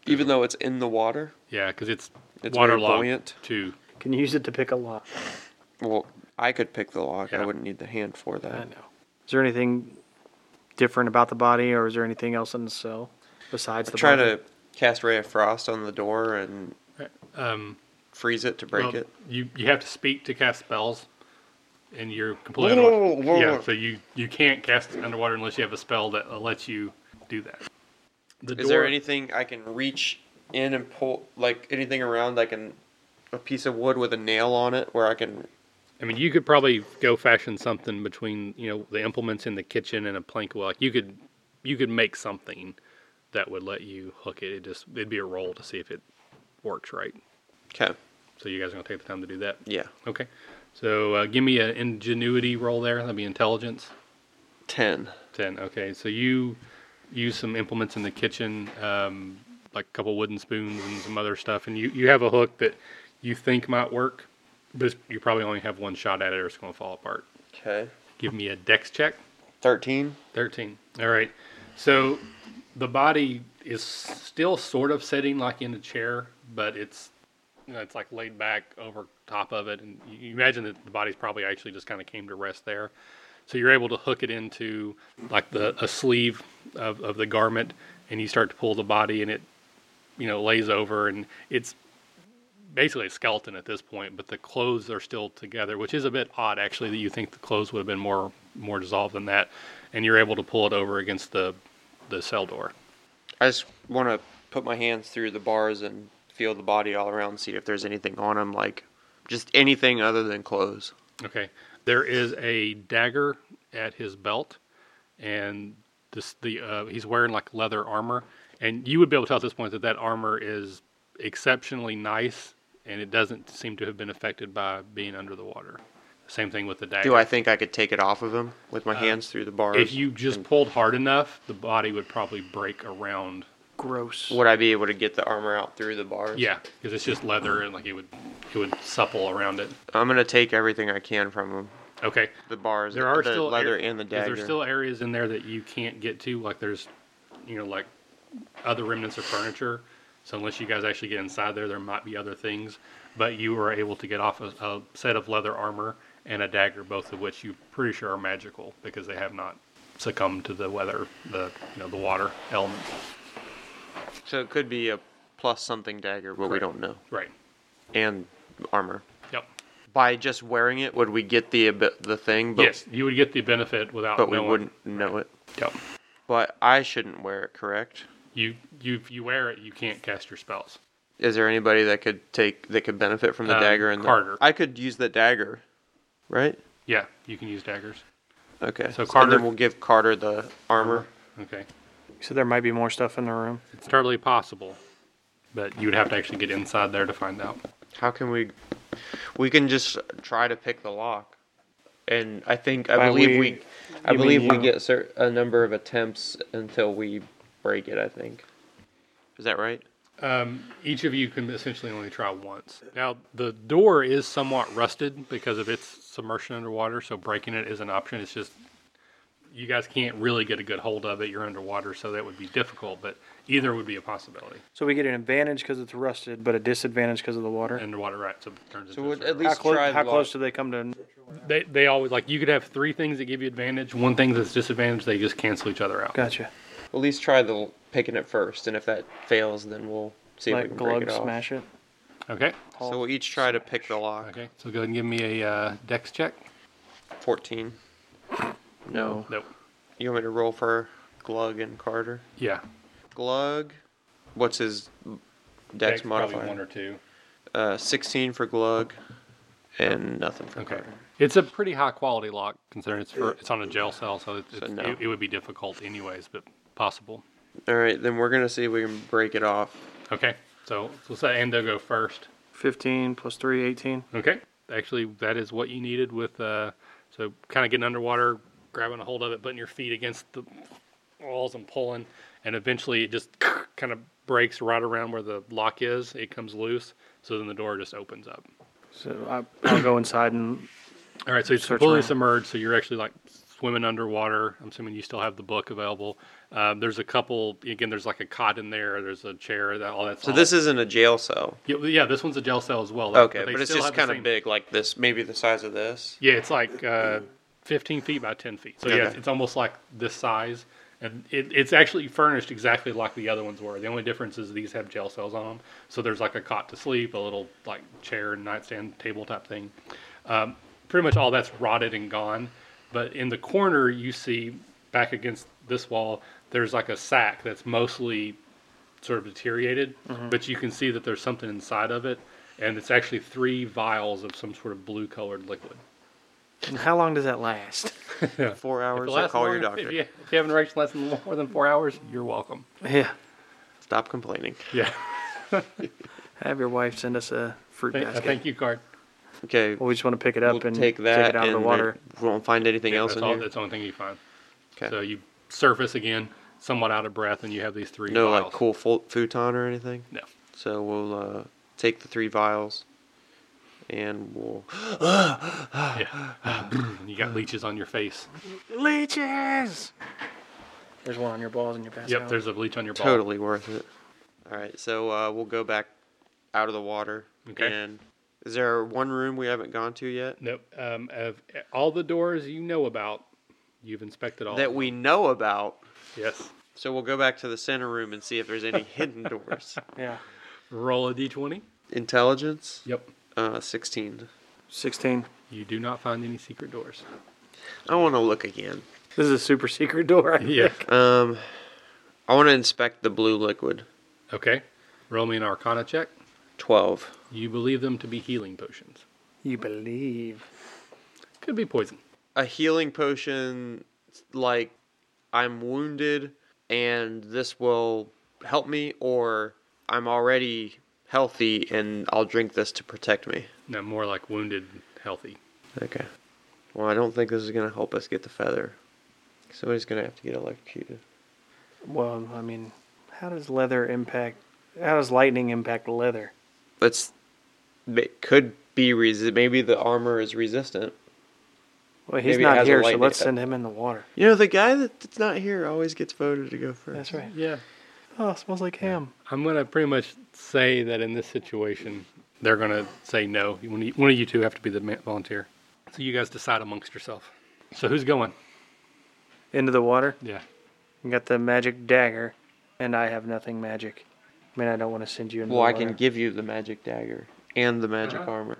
[SPEAKER 2] Even though it's in the water?
[SPEAKER 1] Yeah, because it's,
[SPEAKER 2] It's very
[SPEAKER 1] waterlogged
[SPEAKER 2] buoyant.
[SPEAKER 1] too.
[SPEAKER 3] Can you use it to pick a lock?
[SPEAKER 2] Well, I could pick the lock.
[SPEAKER 1] Yeah.
[SPEAKER 2] I wouldn't need the hand for
[SPEAKER 3] I
[SPEAKER 2] that.
[SPEAKER 3] know. Is there anything different about the body, or is there anything else in the cell besides the
[SPEAKER 2] Try
[SPEAKER 3] body?
[SPEAKER 2] to cast Ray of Frost on the door and
[SPEAKER 1] Um,
[SPEAKER 2] freeze it to break
[SPEAKER 1] well,
[SPEAKER 2] it.
[SPEAKER 1] You you have to speak to cast spells, and you're completely underwater. yeah. So you you can't cast underwater unless you have a spell that lets you do that. The
[SPEAKER 2] Is there anything I can reach in and pull, like anything around I can, a piece of wood with a nail on it where I can?
[SPEAKER 1] I mean, you could probably go fashion something between you know the implements in the kitchen and a plank. Well, like you could you could make something that would let you hook it. It just it'd be a roll to see if it works right.
[SPEAKER 2] Okay,
[SPEAKER 1] So you guys are gonna take the time to do that.
[SPEAKER 2] yeah,
[SPEAKER 1] Okay. So uh, give me an ingenuity roll there. That'd be intelligence.
[SPEAKER 2] ten.
[SPEAKER 1] 10 okay so you use some implements in the kitchen um, like a couple wooden spoons and some other stuff and you, you have a hook that you think might work but it's- you probably only have one shot at it or it's going to fall apart
[SPEAKER 2] Okay,
[SPEAKER 1] give me a dex check
[SPEAKER 2] thirteen.
[SPEAKER 1] 13 all right so the body is still sort of sitting like in a chair but it's you know, it's like laid back over top of it and you you imagine that the body's probably actually just kind of came to rest there so you're able to hook it into like the a sleeve of, of the garment and you start to pull the body and it you know lays over and it's basically a skeleton at this point but the clothes are still together which is a bit odd actually that you think the clothes would have been more more dissolved than that and you're able to pull it over against the the cell door
[SPEAKER 2] I just want to put my hands through the bars and feel the body all around, see if there's anything on them, like just anything other than clothes.
[SPEAKER 1] Okay. There is a dagger at his belt, and this the uh, he's wearing like leather armor, and you would be able to tell at this point that that armor is exceptionally nice, and it doesn't seem to have been affected by being under the water. Same thing with the dagger.
[SPEAKER 2] Do I think I could take it off of him with my hands through the bars?
[SPEAKER 1] Uh, if you just pulled hard enough, the body would probably break around.
[SPEAKER 3] Gross.
[SPEAKER 2] would I be able to get the armor out through the bars?
[SPEAKER 1] Yeah, because it's just leather, and like it would it would supple around it.
[SPEAKER 2] I'm gonna take everything I can from him.
[SPEAKER 1] Okay.
[SPEAKER 2] The bars,
[SPEAKER 1] there are
[SPEAKER 2] the
[SPEAKER 1] still
[SPEAKER 2] leather
[SPEAKER 1] ar-
[SPEAKER 2] and the
[SPEAKER 1] is there
[SPEAKER 2] dagger.
[SPEAKER 1] still areas in there that you can't get to like there's you know like other remnants of furniture so unless you guys actually get inside there there might be other things but you were able to get off a, a set of leather armor and a dagger both of which you pretty sure are magical because they have not succumbed to the weather the you know the water element
[SPEAKER 2] So it could be a plus something dagger, but we
[SPEAKER 1] Correct.
[SPEAKER 2] don't know.
[SPEAKER 1] right
[SPEAKER 2] and armor.
[SPEAKER 1] yep
[SPEAKER 2] By just wearing it, would we get the abi- the thing? But,
[SPEAKER 1] yes you would get the benefit without
[SPEAKER 2] but we
[SPEAKER 1] knowing.
[SPEAKER 2] wouldn't know it.
[SPEAKER 1] yep
[SPEAKER 2] But I shouldn't wear it, correct?
[SPEAKER 1] you you if you wear it you can't cast your spells
[SPEAKER 2] Is there anybody that could take that could benefit from the
[SPEAKER 1] Um,
[SPEAKER 2] dagger? And the-
[SPEAKER 1] Carter.
[SPEAKER 2] I could use the dagger, right?
[SPEAKER 1] yeah you can use daggers
[SPEAKER 2] Okay.
[SPEAKER 1] So
[SPEAKER 2] and
[SPEAKER 1] Carter-
[SPEAKER 2] then we'll give Carter the armor.
[SPEAKER 1] okay
[SPEAKER 3] So there might be more stuff in the room.
[SPEAKER 1] It's totally possible, but you would have to actually get inside there to find out.
[SPEAKER 2] How can we? We can just try to pick the lock. and I think I
[SPEAKER 3] By
[SPEAKER 2] believe
[SPEAKER 3] we,
[SPEAKER 2] we, I
[SPEAKER 3] you mean
[SPEAKER 2] believe we
[SPEAKER 3] you.
[SPEAKER 2] get cer a number of attempts until we break it. I think. Is that right?
[SPEAKER 1] Um, each of you can essentially only try once. Now, the door is somewhat rusted because of its submersion underwater, so breaking it is an option. It's just you guys can't really get a good hold of it. You're underwater, so that would be difficult, but either would be a possibility.
[SPEAKER 3] So we get an advantage because it's rusted, but a disadvantage because of the water.
[SPEAKER 1] Underwater, right? So it turns
[SPEAKER 2] So
[SPEAKER 1] into a circle.
[SPEAKER 2] would- at
[SPEAKER 3] how
[SPEAKER 2] least
[SPEAKER 3] close,
[SPEAKER 2] try
[SPEAKER 3] how
[SPEAKER 2] the
[SPEAKER 3] close do they come to?
[SPEAKER 1] they, they always like you could have three things that give you advantage, one thing that's disadvantage, they just cancel each other out.
[SPEAKER 3] Gotcha.
[SPEAKER 2] At least try the l- picking it first, and if that fails, then we'll see if we
[SPEAKER 3] Like
[SPEAKER 2] can break
[SPEAKER 3] glove
[SPEAKER 2] it off.
[SPEAKER 3] smash it.
[SPEAKER 1] Okay.
[SPEAKER 2] So we'll each try to pick the lock.
[SPEAKER 1] Okay. So go ahead and give me a uh, dex check.
[SPEAKER 2] Fourteen. No.
[SPEAKER 1] Nope.
[SPEAKER 2] You want me to roll for Glug and Carter?
[SPEAKER 1] Yeah.
[SPEAKER 2] Glug. What's his dex,
[SPEAKER 1] Probably one
[SPEAKER 2] modifier?
[SPEAKER 1] or two.
[SPEAKER 2] Uh, Sixteen for Glug, and nothing for
[SPEAKER 1] Okay.
[SPEAKER 2] Carter.
[SPEAKER 1] It's a pretty high quality lock considering it's for, it's on a jail cell, so it's, it's,
[SPEAKER 2] no.
[SPEAKER 1] it, it would be difficult anyways, but possible.
[SPEAKER 2] All right, then we're gonna see if we can break it off.
[SPEAKER 1] Okay. So let's let Ando go first.
[SPEAKER 3] Fifteen plus three, eighteen.
[SPEAKER 1] Okay. Actually, that is what you needed with uh, so kind of getting underwater, grabbing a hold of it, putting your feet against the walls and pulling, and eventually it just kind of breaks right around where the lock is. It comes loose, so then the door just opens up.
[SPEAKER 3] So I, I'll go inside and
[SPEAKER 1] All right, so it's
[SPEAKER 3] Search
[SPEAKER 1] completely
[SPEAKER 3] around.
[SPEAKER 1] submerged. So you're actually like swimming underwater. I'm assuming you still have the book available. Um, there's a couple. Again, there's like a cot in there. There's a chair. That all that's
[SPEAKER 2] So
[SPEAKER 1] all-
[SPEAKER 2] this isn't a jail cell.
[SPEAKER 1] yeah, yeah. This one's a jail cell as well.
[SPEAKER 2] Okay,
[SPEAKER 1] they
[SPEAKER 2] but it's
[SPEAKER 1] still
[SPEAKER 2] just
[SPEAKER 1] have the
[SPEAKER 2] kind of
[SPEAKER 1] same-
[SPEAKER 2] big, like this, maybe the size of this.
[SPEAKER 1] Yeah, it's like uh, 15 feet by 10 feet. So yeah,
[SPEAKER 2] Okay.
[SPEAKER 1] it's- it's almost like this size, and it, it's actually furnished exactly like the other ones were. The only difference is these have jail cells on them, so there's like a cot to sleep, a little like chair and nightstand table type thing. Um, pretty much all that's rotted and gone. But in the corner, you see back against this wall, there's like a sack that's mostly sort of deteriorated, but you can see that there's something inside of it, and it's actually three vials of some sort of blue colored liquid.
[SPEAKER 3] How long does that last?
[SPEAKER 2] Four
[SPEAKER 1] If
[SPEAKER 2] hours.
[SPEAKER 1] it
[SPEAKER 2] So
[SPEAKER 1] lasts
[SPEAKER 2] call
[SPEAKER 1] more
[SPEAKER 2] your
[SPEAKER 1] than-
[SPEAKER 2] doctor.
[SPEAKER 1] If you, if you haven't reached less than more than four hours, you're welcome.
[SPEAKER 3] Yeah.
[SPEAKER 2] Stop complaining.
[SPEAKER 1] Yeah.
[SPEAKER 3] Have your wife send us a fruit
[SPEAKER 1] Thank, a
[SPEAKER 3] basket.
[SPEAKER 1] thank you card.
[SPEAKER 2] Okay,
[SPEAKER 3] Well, we just want to pick it up
[SPEAKER 2] we'll
[SPEAKER 3] and
[SPEAKER 2] take that
[SPEAKER 3] it out
[SPEAKER 2] and
[SPEAKER 3] of the water.
[SPEAKER 2] We won't find anything else
[SPEAKER 1] that's,
[SPEAKER 2] in
[SPEAKER 1] all,
[SPEAKER 2] here.
[SPEAKER 1] that's the only thing you find.
[SPEAKER 2] Okay.
[SPEAKER 1] So you surface again, somewhat out of breath, and you have these three.
[SPEAKER 2] no, like
[SPEAKER 1] vials.
[SPEAKER 2] cool fu- futon or anything.
[SPEAKER 1] No.
[SPEAKER 2] So we'll uh, take the three vials, and we'll.
[SPEAKER 1] Yeah. you got leeches on your face.
[SPEAKER 3] Leeches. There's one on your balls and your basket.
[SPEAKER 1] Yep, there's a leech on your ball.
[SPEAKER 2] Totally worth it. All right, so uh, we'll go back out of the water.
[SPEAKER 1] Okay.
[SPEAKER 2] And is there one room we haven't gone to yet
[SPEAKER 1] Nope. Um, of all the doors you know about, you've inspected all.
[SPEAKER 2] that we know about?
[SPEAKER 1] yes.
[SPEAKER 2] So we'll go back to the center room and see if there's any hidden doors.
[SPEAKER 3] Yeah.
[SPEAKER 1] Roll a d20.
[SPEAKER 2] Intelligence,
[SPEAKER 1] Yep.
[SPEAKER 2] uh, 16.
[SPEAKER 3] 16.
[SPEAKER 1] You do not find any secret doors.
[SPEAKER 2] I want to look again.
[SPEAKER 3] This is a super secret door. I
[SPEAKER 1] Yeah.
[SPEAKER 3] think.
[SPEAKER 2] Um, I want to inspect the blue liquid.
[SPEAKER 1] Okay. Roll me an Arcana check.
[SPEAKER 2] 12.
[SPEAKER 1] You believe them to be healing potions.
[SPEAKER 3] You believe.
[SPEAKER 1] Could be poison.
[SPEAKER 2] A healing potion, like I'm wounded and this will help me, or I'm already healthy and I'll drink this to protect me.
[SPEAKER 1] No, more like wounded, healthy.
[SPEAKER 2] Okay. Well, I don't think this is going to help us get the feather. Somebody's going to have to get electrocuted.
[SPEAKER 3] Well, I mean, how does leather impact? How does lightning impact leather?
[SPEAKER 2] That's it could be resi- maybe the armor is resistant.
[SPEAKER 3] Well, he's
[SPEAKER 2] Maybe it
[SPEAKER 3] not
[SPEAKER 2] has a
[SPEAKER 3] here, so
[SPEAKER 2] lightning
[SPEAKER 3] let's
[SPEAKER 2] effect.
[SPEAKER 3] send him in the water.
[SPEAKER 2] You know, the guy that- that's not here always gets voted to go first.
[SPEAKER 3] That's right.
[SPEAKER 1] Yeah.
[SPEAKER 2] Hmm.
[SPEAKER 3] Oh, it smells like ham.
[SPEAKER 1] I'm going to pretty much say that in this situation, they're going to say no. One of you- one of you two have to be the ma- volunteer. So you guys decide amongst yourself. So who's going?
[SPEAKER 3] Into the water.
[SPEAKER 1] Yeah.
[SPEAKER 3] You got the magic dagger, and I have nothing magic. I mean, I don't want to send you into
[SPEAKER 2] Well, I
[SPEAKER 3] the water.
[SPEAKER 2] can give you the magic dagger and the magic
[SPEAKER 1] Uh-huh.
[SPEAKER 2] armor.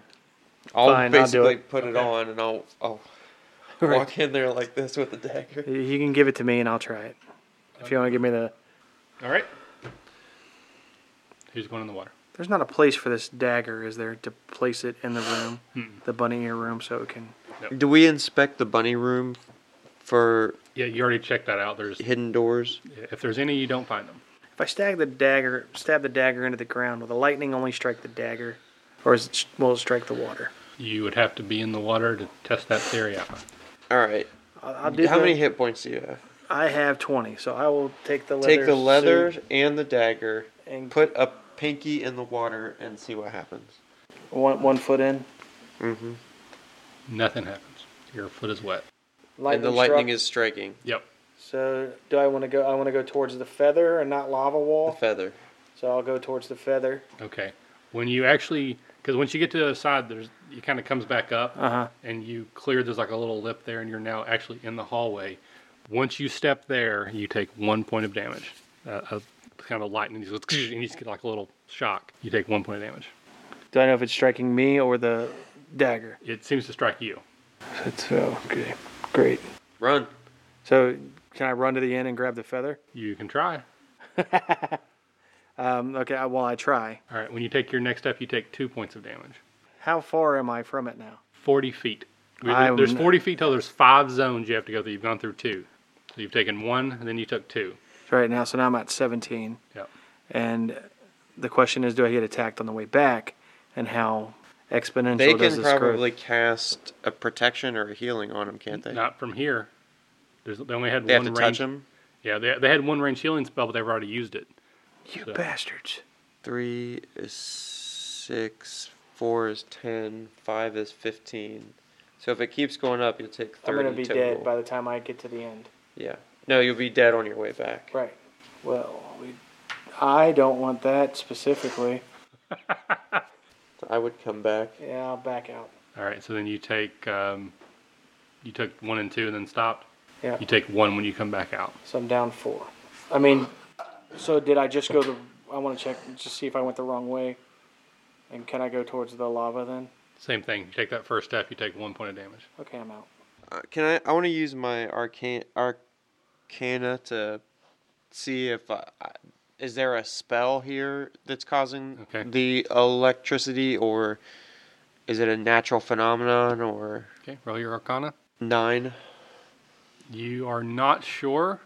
[SPEAKER 2] I'll
[SPEAKER 3] Fine, I'll do
[SPEAKER 2] basically
[SPEAKER 3] it.
[SPEAKER 2] put it on and I'll, I'll
[SPEAKER 3] Right.
[SPEAKER 2] walk in there like this with the dagger.
[SPEAKER 3] You can give it to me, and I'll try it. If you want to give me the.
[SPEAKER 1] All right. Who's going in the water?
[SPEAKER 3] There's not a place for this dagger, is there? To place it in the room, the bunny ear room, so it can.
[SPEAKER 2] Do we inspect the bunny room for
[SPEAKER 1] Yeah, you already checked that out. There's
[SPEAKER 2] hidden doors?
[SPEAKER 1] If there's any, you don't find them.
[SPEAKER 3] If I stab the dagger, stab the dagger into the ground, will the lightning only strike the dagger, or is it, will it strike the water?
[SPEAKER 1] You would have to be in the water to test that theory out.
[SPEAKER 2] All right.
[SPEAKER 3] I'll, I'll do
[SPEAKER 2] How
[SPEAKER 3] the-
[SPEAKER 2] many hit points do you have?
[SPEAKER 3] I have 20, so I will take the leather.
[SPEAKER 2] Take the leather
[SPEAKER 3] suit
[SPEAKER 2] and the dagger,
[SPEAKER 3] and put
[SPEAKER 2] put a pinky in the water, and see what happens.
[SPEAKER 3] one, one foot in.
[SPEAKER 2] Mm-hmm.
[SPEAKER 1] Nothing happens. Your foot is wet.
[SPEAKER 2] And the lightning is striking
[SPEAKER 1] Yep.
[SPEAKER 3] So do I want to go? I want to go towards the feather and not lava
[SPEAKER 2] the
[SPEAKER 3] wall.
[SPEAKER 2] feather.
[SPEAKER 3] So I'll go towards the feather.
[SPEAKER 1] Okay. When you actually, because once you get to the other side, there's it kind of comes back up,
[SPEAKER 3] Uh huh.
[SPEAKER 1] and you clear. There's like a little lip there, and you're now actually in the hallway. Once you step there, you take one point of damage. Uh, of kind of lightning, and you just get like a little shock. You take one point of damage.
[SPEAKER 3] Do I know if it's striking me or the dagger?
[SPEAKER 1] It seems to strike you.
[SPEAKER 3] That's oh, okay. Great.
[SPEAKER 2] Run.
[SPEAKER 3] So can I run to the end and grab the feather?
[SPEAKER 1] You can try.
[SPEAKER 3] Um, okay. I, well, I try.
[SPEAKER 1] All right. When you take your next step, you take two points of damage.
[SPEAKER 3] How far am I from it now?
[SPEAKER 1] 40 feet. We-
[SPEAKER 3] I'm-
[SPEAKER 1] There's 40 feet total. There's five zones you have to go through. You've gone through two. So you've taken one, and then you took two.
[SPEAKER 3] Right now, so now I'm at 17.
[SPEAKER 1] Yep.
[SPEAKER 3] And the question is, do I get attacked on the way back? And how exponential
[SPEAKER 2] They
[SPEAKER 3] does
[SPEAKER 2] can
[SPEAKER 3] this growth-
[SPEAKER 2] probably cast a protection or a healing on him, can't they?
[SPEAKER 1] Not from here. There's, they only had
[SPEAKER 2] They have
[SPEAKER 1] one
[SPEAKER 2] to
[SPEAKER 1] range.
[SPEAKER 2] touch him.
[SPEAKER 1] Yeah, they, they had one range healing spell, but they've already used it.
[SPEAKER 3] You bastards.
[SPEAKER 2] Three is six, four is ten, five is fifteen. So if it keeps going up, you'll take 30
[SPEAKER 3] I'm gonna be
[SPEAKER 2] total.
[SPEAKER 3] dead by the time I get to the end.
[SPEAKER 2] yeah. No, you'll be dead on your way back.
[SPEAKER 3] Right. Well, we, I don't want that specifically.
[SPEAKER 2] I would come back.
[SPEAKER 3] Yeah, I'll back out.
[SPEAKER 1] All right. So then you take um, you took one and two, and then stopped.
[SPEAKER 3] Yeah.
[SPEAKER 1] You take one when you come back out.
[SPEAKER 3] So I'm down four. I mean, so did I just go the? I want to check just see if I went the wrong way. And can I go towards the lava then?
[SPEAKER 1] Same thing. You take that first step, you take one point of damage.
[SPEAKER 3] Okay, I'm out.
[SPEAKER 2] Uh, can I? I want to use my arcane arcana to see if I, I- is there a spell here that's causing
[SPEAKER 1] Okay.
[SPEAKER 2] the electricity, or is it a natural phenomenon, or
[SPEAKER 1] Okay. Roll your Arcana.
[SPEAKER 2] nine?
[SPEAKER 1] You are not sure,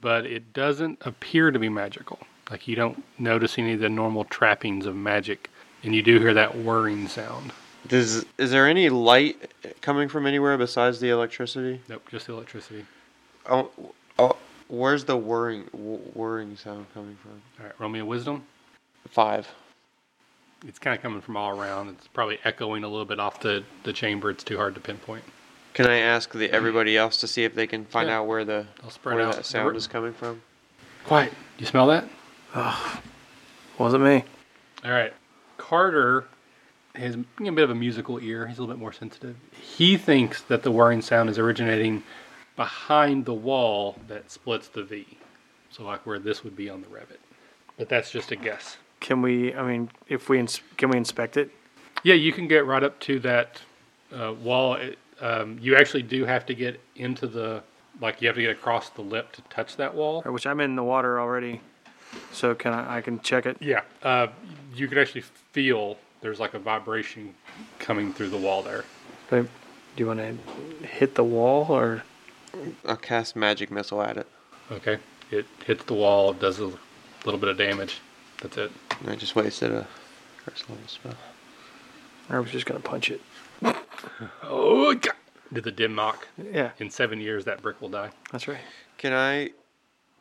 [SPEAKER 1] but it doesn't appear to be magical. Like you don't notice any of the normal trappings of magic, and you do hear that whirring sound.
[SPEAKER 2] Does is there any light coming from anywhere besides the electricity?
[SPEAKER 1] Nope, just the electricity.
[SPEAKER 2] Oh, oh where's the whirring wh- whirring sound coming from?
[SPEAKER 1] All right, roll me a wisdom.
[SPEAKER 2] Five.
[SPEAKER 1] It's kind of coming from all around. It's probably echoing a little bit off the, the chamber. It's too hard to pinpoint.
[SPEAKER 2] Can I ask the everybody else to see if they can find
[SPEAKER 1] Yeah.
[SPEAKER 2] out where the
[SPEAKER 1] I'll spread
[SPEAKER 2] where
[SPEAKER 1] out.
[SPEAKER 2] that sound is coming from?
[SPEAKER 1] Quiet. You smell that?
[SPEAKER 3] Wasn't me.
[SPEAKER 1] All right. Carter has a bit of a musical ear. He's a little bit more sensitive. He thinks that the whirring sound is originating behind the wall that splits the V. So, like where this would be on the Revit. But that's just a guess.
[SPEAKER 3] Can we? I mean, if we ins- can we inspect it?
[SPEAKER 1] Yeah, you can get right up to that uh, wall. It, um, you actually do have to get into the, like, you have to get across the lip to touch that wall.
[SPEAKER 3] Uh, Which I'm in the water already. So can I? I can check it.
[SPEAKER 1] Yeah, uh, you could actually feel there's like a vibration coming through the wall there.
[SPEAKER 3] Do you want to hit the wall or?
[SPEAKER 2] I'll cast magic missile at it.
[SPEAKER 1] Okay. It hits the wall, does a little bit of damage. That's it.
[SPEAKER 2] I just wasted a first level spell.
[SPEAKER 3] I was just gonna punch it.
[SPEAKER 1] Oh, God. Did the dim mock.
[SPEAKER 3] Yeah,
[SPEAKER 1] In seven years, that brick will die.
[SPEAKER 3] that's right.
[SPEAKER 2] Can I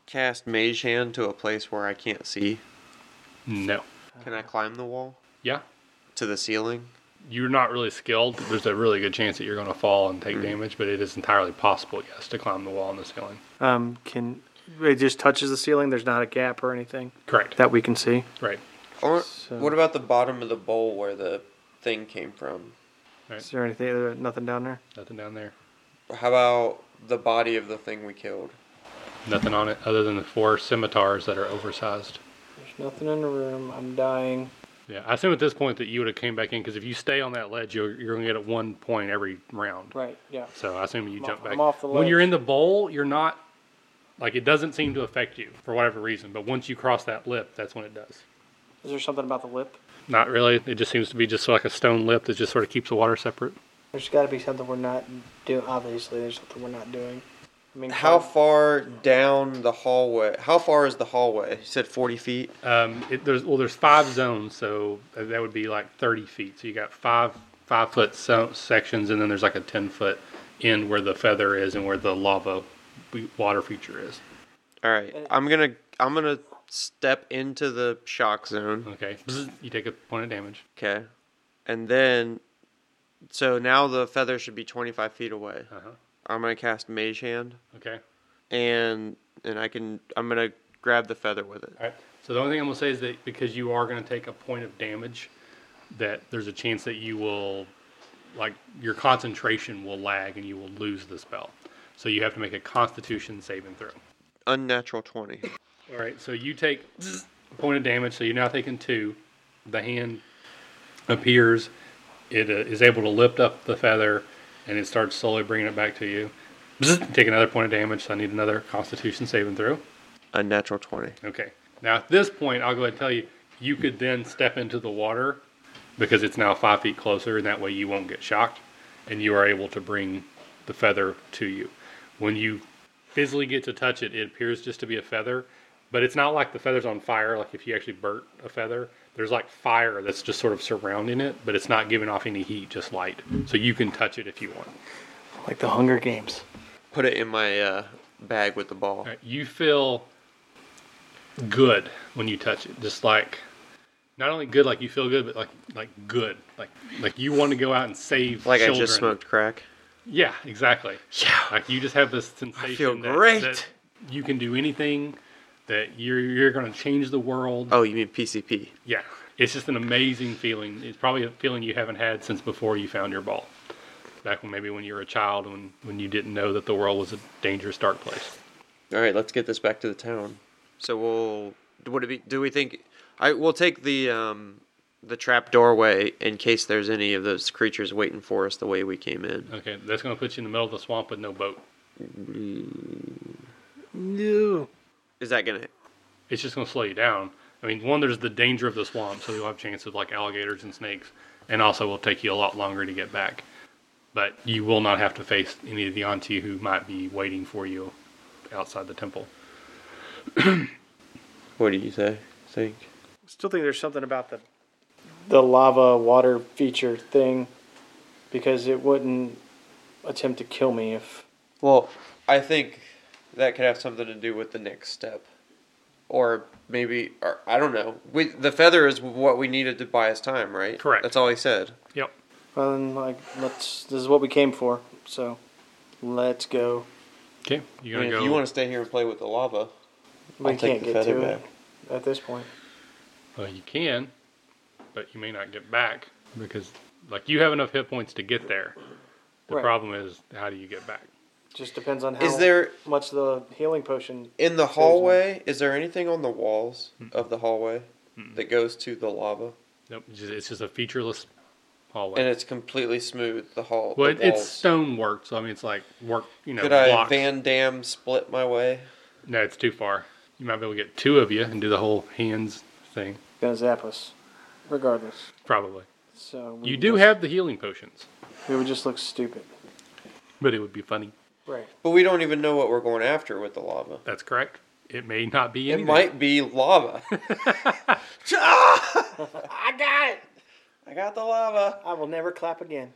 [SPEAKER 2] cast Mage Hand to a place where I can't see?
[SPEAKER 1] No.
[SPEAKER 2] Can I climb the wall
[SPEAKER 1] Yeah.
[SPEAKER 2] to the ceiling?
[SPEAKER 1] You're not really skilled. There's a really good chance that you're going to fall and take damage, but it is entirely possible, yes, to climb the wall and the ceiling.
[SPEAKER 3] Um, can it just touches the ceiling? There's not a gap or anything
[SPEAKER 1] Correct.
[SPEAKER 3] that we can see.
[SPEAKER 1] right.
[SPEAKER 2] Or
[SPEAKER 3] So-
[SPEAKER 2] what about the bottom of the bowl where the thing came from?
[SPEAKER 3] Is there anything? There, nothing down there.
[SPEAKER 1] Nothing down there.
[SPEAKER 2] How about the body of the thing we killed?
[SPEAKER 1] Nothing on it other than the four scimitars that are oversized.
[SPEAKER 3] There's nothing in the room. I'm dying.
[SPEAKER 1] Yeah, I assume at this point that you would have came back in because if you stay on that ledge, you're, you're going to get at one point every round.
[SPEAKER 3] Right. Yeah.
[SPEAKER 1] So I assume you
[SPEAKER 3] I'm
[SPEAKER 1] jump
[SPEAKER 3] off-
[SPEAKER 1] back.
[SPEAKER 3] I'm off the
[SPEAKER 1] When you're
[SPEAKER 3] ledge.
[SPEAKER 1] in the bowl, you're not like it doesn't seem to affect you for whatever reason. But once you cross that lip, that's when it does.
[SPEAKER 3] Is there something about the lip?
[SPEAKER 1] Not really. It just seems to be just like a stone lip that just sort of keeps the water separate.
[SPEAKER 3] There's got to be something we're not doing. Obviously, there's something we're not doing. I mean,
[SPEAKER 2] How far down the hallway? How far is the hallway? You said 40 feet.
[SPEAKER 1] Uh, Um, it, there's well, there's five zones, so that would be like 30 feet. So you got five five foot so- sections, and then there's like a ten foot end where the feather is and where the lava w- water feature is.
[SPEAKER 2] All right,
[SPEAKER 1] uh,
[SPEAKER 2] I'm gonna I'm gonna step into the shock zone.
[SPEAKER 1] Okay, Bzzz, you take a point of damage.
[SPEAKER 2] Okay, and then so now the feather should be 25 feet away.
[SPEAKER 1] Uh huh.
[SPEAKER 2] I'm gonna cast Mage Hand,
[SPEAKER 1] Okay.
[SPEAKER 2] and and I can I'm gonna grab the feather with it.
[SPEAKER 1] All right. So the only thing I'm gonna say is that because you are gonna take a point of damage, that there's a chance that you will, like your concentration will lag and you will lose the spell. So you have to make a Constitution saving throw.
[SPEAKER 2] Unnatural 20.
[SPEAKER 1] All right. So you take a point of damage. So you're now taking two. The hand appears. It uh, is able to lift up the feather, and it starts slowly bringing it back to you. Take another point of damage. So I need another Constitution saving throw.
[SPEAKER 2] Unnatural 20.
[SPEAKER 1] Okay. Now at this point, I'll go ahead and tell you, you could then step into the water because it's now five feet closer, and that way you won't get shocked, and you are able to bring the feather to you. When you physically get to touch it, it appears just to be a feather, but it's not like the feather's on fire. Like if you actually burnt a feather, there's like fire that's just sort of surrounding it, but it's not giving off any heat, just light. So you can touch it if you want.
[SPEAKER 3] Like the Hunger Games.
[SPEAKER 2] Put it in my uh, bag with the ball.
[SPEAKER 1] All right, You feel good when you touch it. Just like not only good, like you feel good, but like like good, like like you want to go out and save.
[SPEAKER 2] Like
[SPEAKER 1] children.
[SPEAKER 2] I just smoked crack.
[SPEAKER 1] Yeah, exactly.
[SPEAKER 2] Yeah.
[SPEAKER 1] Like you just have this sensation. that,
[SPEAKER 2] great.
[SPEAKER 1] that you can do anything. That you're you're going to change the world.
[SPEAKER 2] Oh, you mean PCP?
[SPEAKER 1] Yeah, it's just an amazing feeling. It's probably a feeling you haven't had since before you found your ball. Back when maybe when you were a child, when when you didn't know that the world was a dangerous, dark place.
[SPEAKER 2] All right, let's get this back to the town. So we'll. Would it be? Do we think? I we'll take the um, the trap doorway in case there's any of those creatures waiting for us the way we came in.
[SPEAKER 1] Okay, that's going to put you in the middle of the swamp with no boat.
[SPEAKER 3] No.
[SPEAKER 2] Is that gonna?
[SPEAKER 1] it's just going to slow you down. I mean, one, there's the danger of the swamp, so you'll have chances of like alligators and snakes, and also will take you a lot longer to get back. But you will not have to face any of the Anti who might be waiting for you outside the temple.
[SPEAKER 2] What do you say? Think?
[SPEAKER 3] Still think there's something about the the lava water feature thing because it wouldn't attempt to kill me if
[SPEAKER 2] Well, I think that could have something to do with the next step, or maybe or, I don't know. We, the feather is what we needed to buy us time, right?
[SPEAKER 1] Correct.
[SPEAKER 2] That's all he said.
[SPEAKER 1] Yep.
[SPEAKER 3] well then like let's this is what we came for. So let's go.
[SPEAKER 1] Okay. You
[SPEAKER 2] I
[SPEAKER 1] gonna
[SPEAKER 2] mean,
[SPEAKER 1] go?
[SPEAKER 2] if you want to stay here and play with the lava,
[SPEAKER 3] We
[SPEAKER 2] I'll take
[SPEAKER 3] can't
[SPEAKER 2] the
[SPEAKER 3] get
[SPEAKER 2] feather
[SPEAKER 3] to
[SPEAKER 2] back.
[SPEAKER 3] it at this point.
[SPEAKER 1] well, you can, but you may not get back because like you have enough hit points to get there. The
[SPEAKER 3] Right.
[SPEAKER 1] problem is, how do you get back?
[SPEAKER 3] Just depends on how
[SPEAKER 2] is there
[SPEAKER 3] much the healing potion
[SPEAKER 2] In the
[SPEAKER 3] me.
[SPEAKER 2] hallway, is there anything on the walls of the hallway that goes to the lava?
[SPEAKER 1] Nope. It's just, it's just a featureless hallway.
[SPEAKER 2] And it's completely smooth. The hall.
[SPEAKER 1] well,
[SPEAKER 2] the
[SPEAKER 1] it, it's
[SPEAKER 2] walls.
[SPEAKER 1] stonework, so I mean, it's like work. You know,
[SPEAKER 2] Could I
[SPEAKER 1] blocks.
[SPEAKER 2] Van Dam split my way?
[SPEAKER 1] No, it's too far. You might be able to get two of you and do the whole hands thing.
[SPEAKER 3] gonna zap us. Regardless.
[SPEAKER 1] Probably.
[SPEAKER 3] So we
[SPEAKER 1] You
[SPEAKER 3] would
[SPEAKER 1] do
[SPEAKER 3] just-
[SPEAKER 1] have the healing potions,
[SPEAKER 3] we would just look stupid.
[SPEAKER 1] but it would be funny.
[SPEAKER 3] Right.
[SPEAKER 2] But we don't even know what we're going after with the lava.
[SPEAKER 1] That's correct. It may not be
[SPEAKER 2] It
[SPEAKER 1] anything.
[SPEAKER 2] might be lava. Ah! I got it. I got the lava.
[SPEAKER 3] I will never clap again.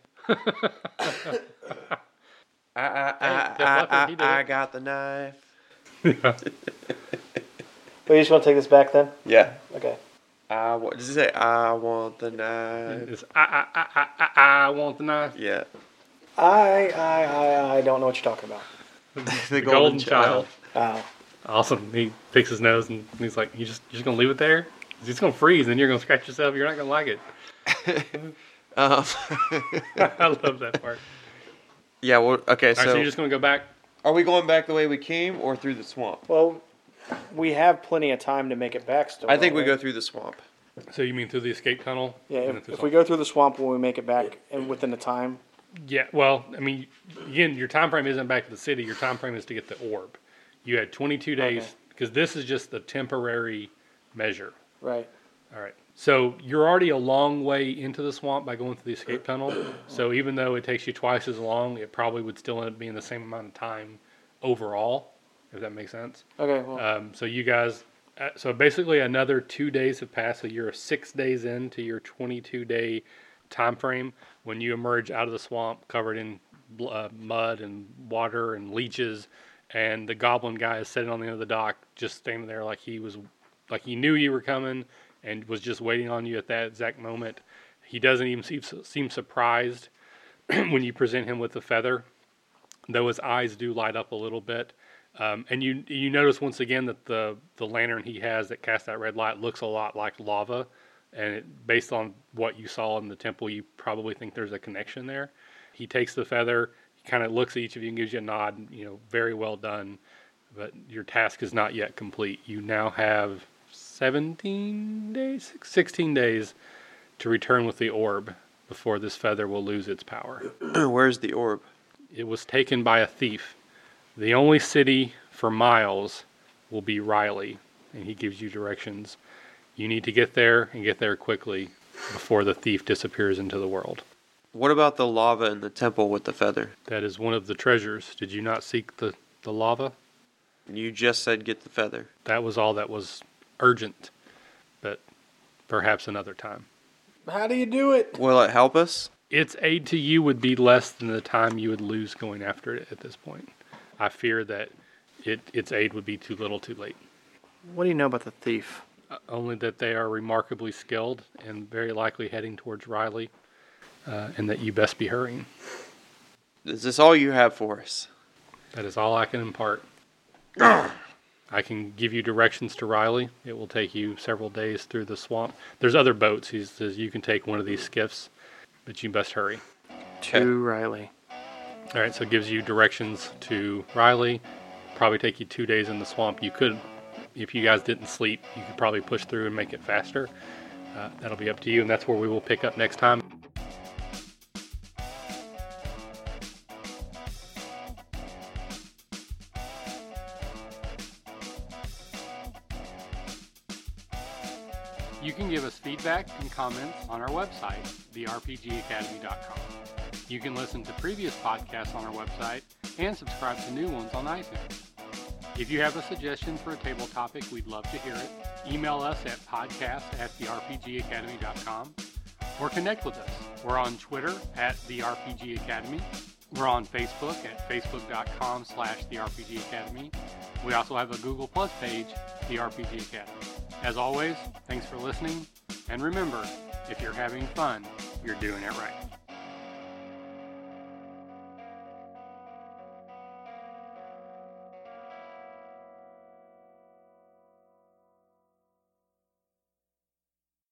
[SPEAKER 2] I I
[SPEAKER 1] Hey, good
[SPEAKER 2] I
[SPEAKER 1] luck when
[SPEAKER 2] I,
[SPEAKER 1] he did
[SPEAKER 2] I, I
[SPEAKER 1] it.
[SPEAKER 2] got the knife.
[SPEAKER 3] But you just want to take this back then?
[SPEAKER 2] Yeah.
[SPEAKER 3] Okay.
[SPEAKER 2] I what does it say? I want the knife.
[SPEAKER 1] It's, I, I, I, I, I- I want the knife.
[SPEAKER 2] Yeah.
[SPEAKER 3] I I I, I don't know what you're talking about.
[SPEAKER 2] The,
[SPEAKER 3] Oh,
[SPEAKER 1] Awesome. He picks his nose and he's like, "You just, you're just gonna leave it there? It's just gonna freeze, and you're gonna scratch yourself. You're not gonna like it."
[SPEAKER 2] Um,
[SPEAKER 1] I love that part.
[SPEAKER 2] yeah. Well. Okay.
[SPEAKER 1] All right, so you're just gonna go back.
[SPEAKER 2] Are we going back the way we came or through the swamp?
[SPEAKER 3] well, we have plenty of time to make it back still.
[SPEAKER 2] I think we
[SPEAKER 3] don't
[SPEAKER 2] go through the swamp.
[SPEAKER 1] So you mean through the escape tunnel?
[SPEAKER 3] Yeah,
[SPEAKER 1] and then
[SPEAKER 3] if,
[SPEAKER 1] through
[SPEAKER 3] if
[SPEAKER 1] the-
[SPEAKER 3] we go through the swamp, will we make it back and within the time?
[SPEAKER 1] Yeah, well, I mean, again, your time frame isn't back to the city. Your time frame is to get the orb. You had 22 days
[SPEAKER 3] Okay.
[SPEAKER 1] because this is just a temporary measure.
[SPEAKER 3] Right.
[SPEAKER 1] All right. So you're already a long way into the swamp by going through the escape tunnel. So even though it takes you twice as long, it probably would still end up being the same amount of time overall, if that makes sense.
[SPEAKER 3] Okay. Well,
[SPEAKER 1] Um, so you guys, uh, so basically another two days have passed. So you're six days into your 22 day time frame when you emerge out of the swamp covered in bl- uh, mud and water and leeches, and the goblin guy is sitting on the end of the dock, just standing there like he was, like he knew you were coming and was just waiting on you at that exact moment. He doesn't even seem, seem surprised when you present him with the feather, though his eyes do light up a little bit. Um, and you you notice once again that the the lantern he has that casts that red light looks a lot like lava, and it, based on what you saw in the temple, you probably think there's a connection there. He takes the feather, he kind of looks at each of you and gives you a nod. and, You know, very well done, but your task is not yet complete. You now have 17 days, six- 16 days to return with the orb before this feather will lose its power.
[SPEAKER 2] Where's the orb?
[SPEAKER 1] It was taken by a thief. The only city for miles will be Riley, and he gives you directions. You need to get there and get there quickly before the thief disappears into the world.
[SPEAKER 2] What about the lava in the temple with the feather?
[SPEAKER 1] That is one of the treasures. Did you not seek the, the lava?
[SPEAKER 2] You just said get the feather.
[SPEAKER 1] That was all that was urgent, but perhaps another time.
[SPEAKER 4] How do you do it?
[SPEAKER 2] Will it help us?
[SPEAKER 1] its aid to you would be less than the time you would lose going after it at this point. I fear that it its aid would be too little, too late.
[SPEAKER 3] What do you know about the thief?
[SPEAKER 1] Uh, Only that they are remarkably skilled and very likely heading towards Riley, uh, and that you best be hurrying.
[SPEAKER 2] Is this all you have for us?
[SPEAKER 1] That is all I can impart. I can give you directions to Riley. It will take you several days through the swamp. There's other boats. He says you can take one of these skiffs, but you best hurry.
[SPEAKER 3] To Riley.
[SPEAKER 1] All right, so it gives you directions to Riley. Probably take you two days in the swamp. You could, if you guys didn't sleep, you could probably push through and make it faster. Uh, that'll be up to you, and that's where we will pick up next time. You can give us feedback and comments on our website, therpgacademy.com. You can listen to previous podcasts on our website and subscribe to new ones on iTunes. If you have a suggestion for a table topic, we'd love to hear it. Email us at podcast at therpgacademy.com or connect with us. We're on Twitter at the RPG Academy. We're on Facebook at facebook.com slash the RPG Academy. We also have a Google Plus page, the RPG Academy. As always, thanks for listening. And remember, if you're having fun, you're doing it right.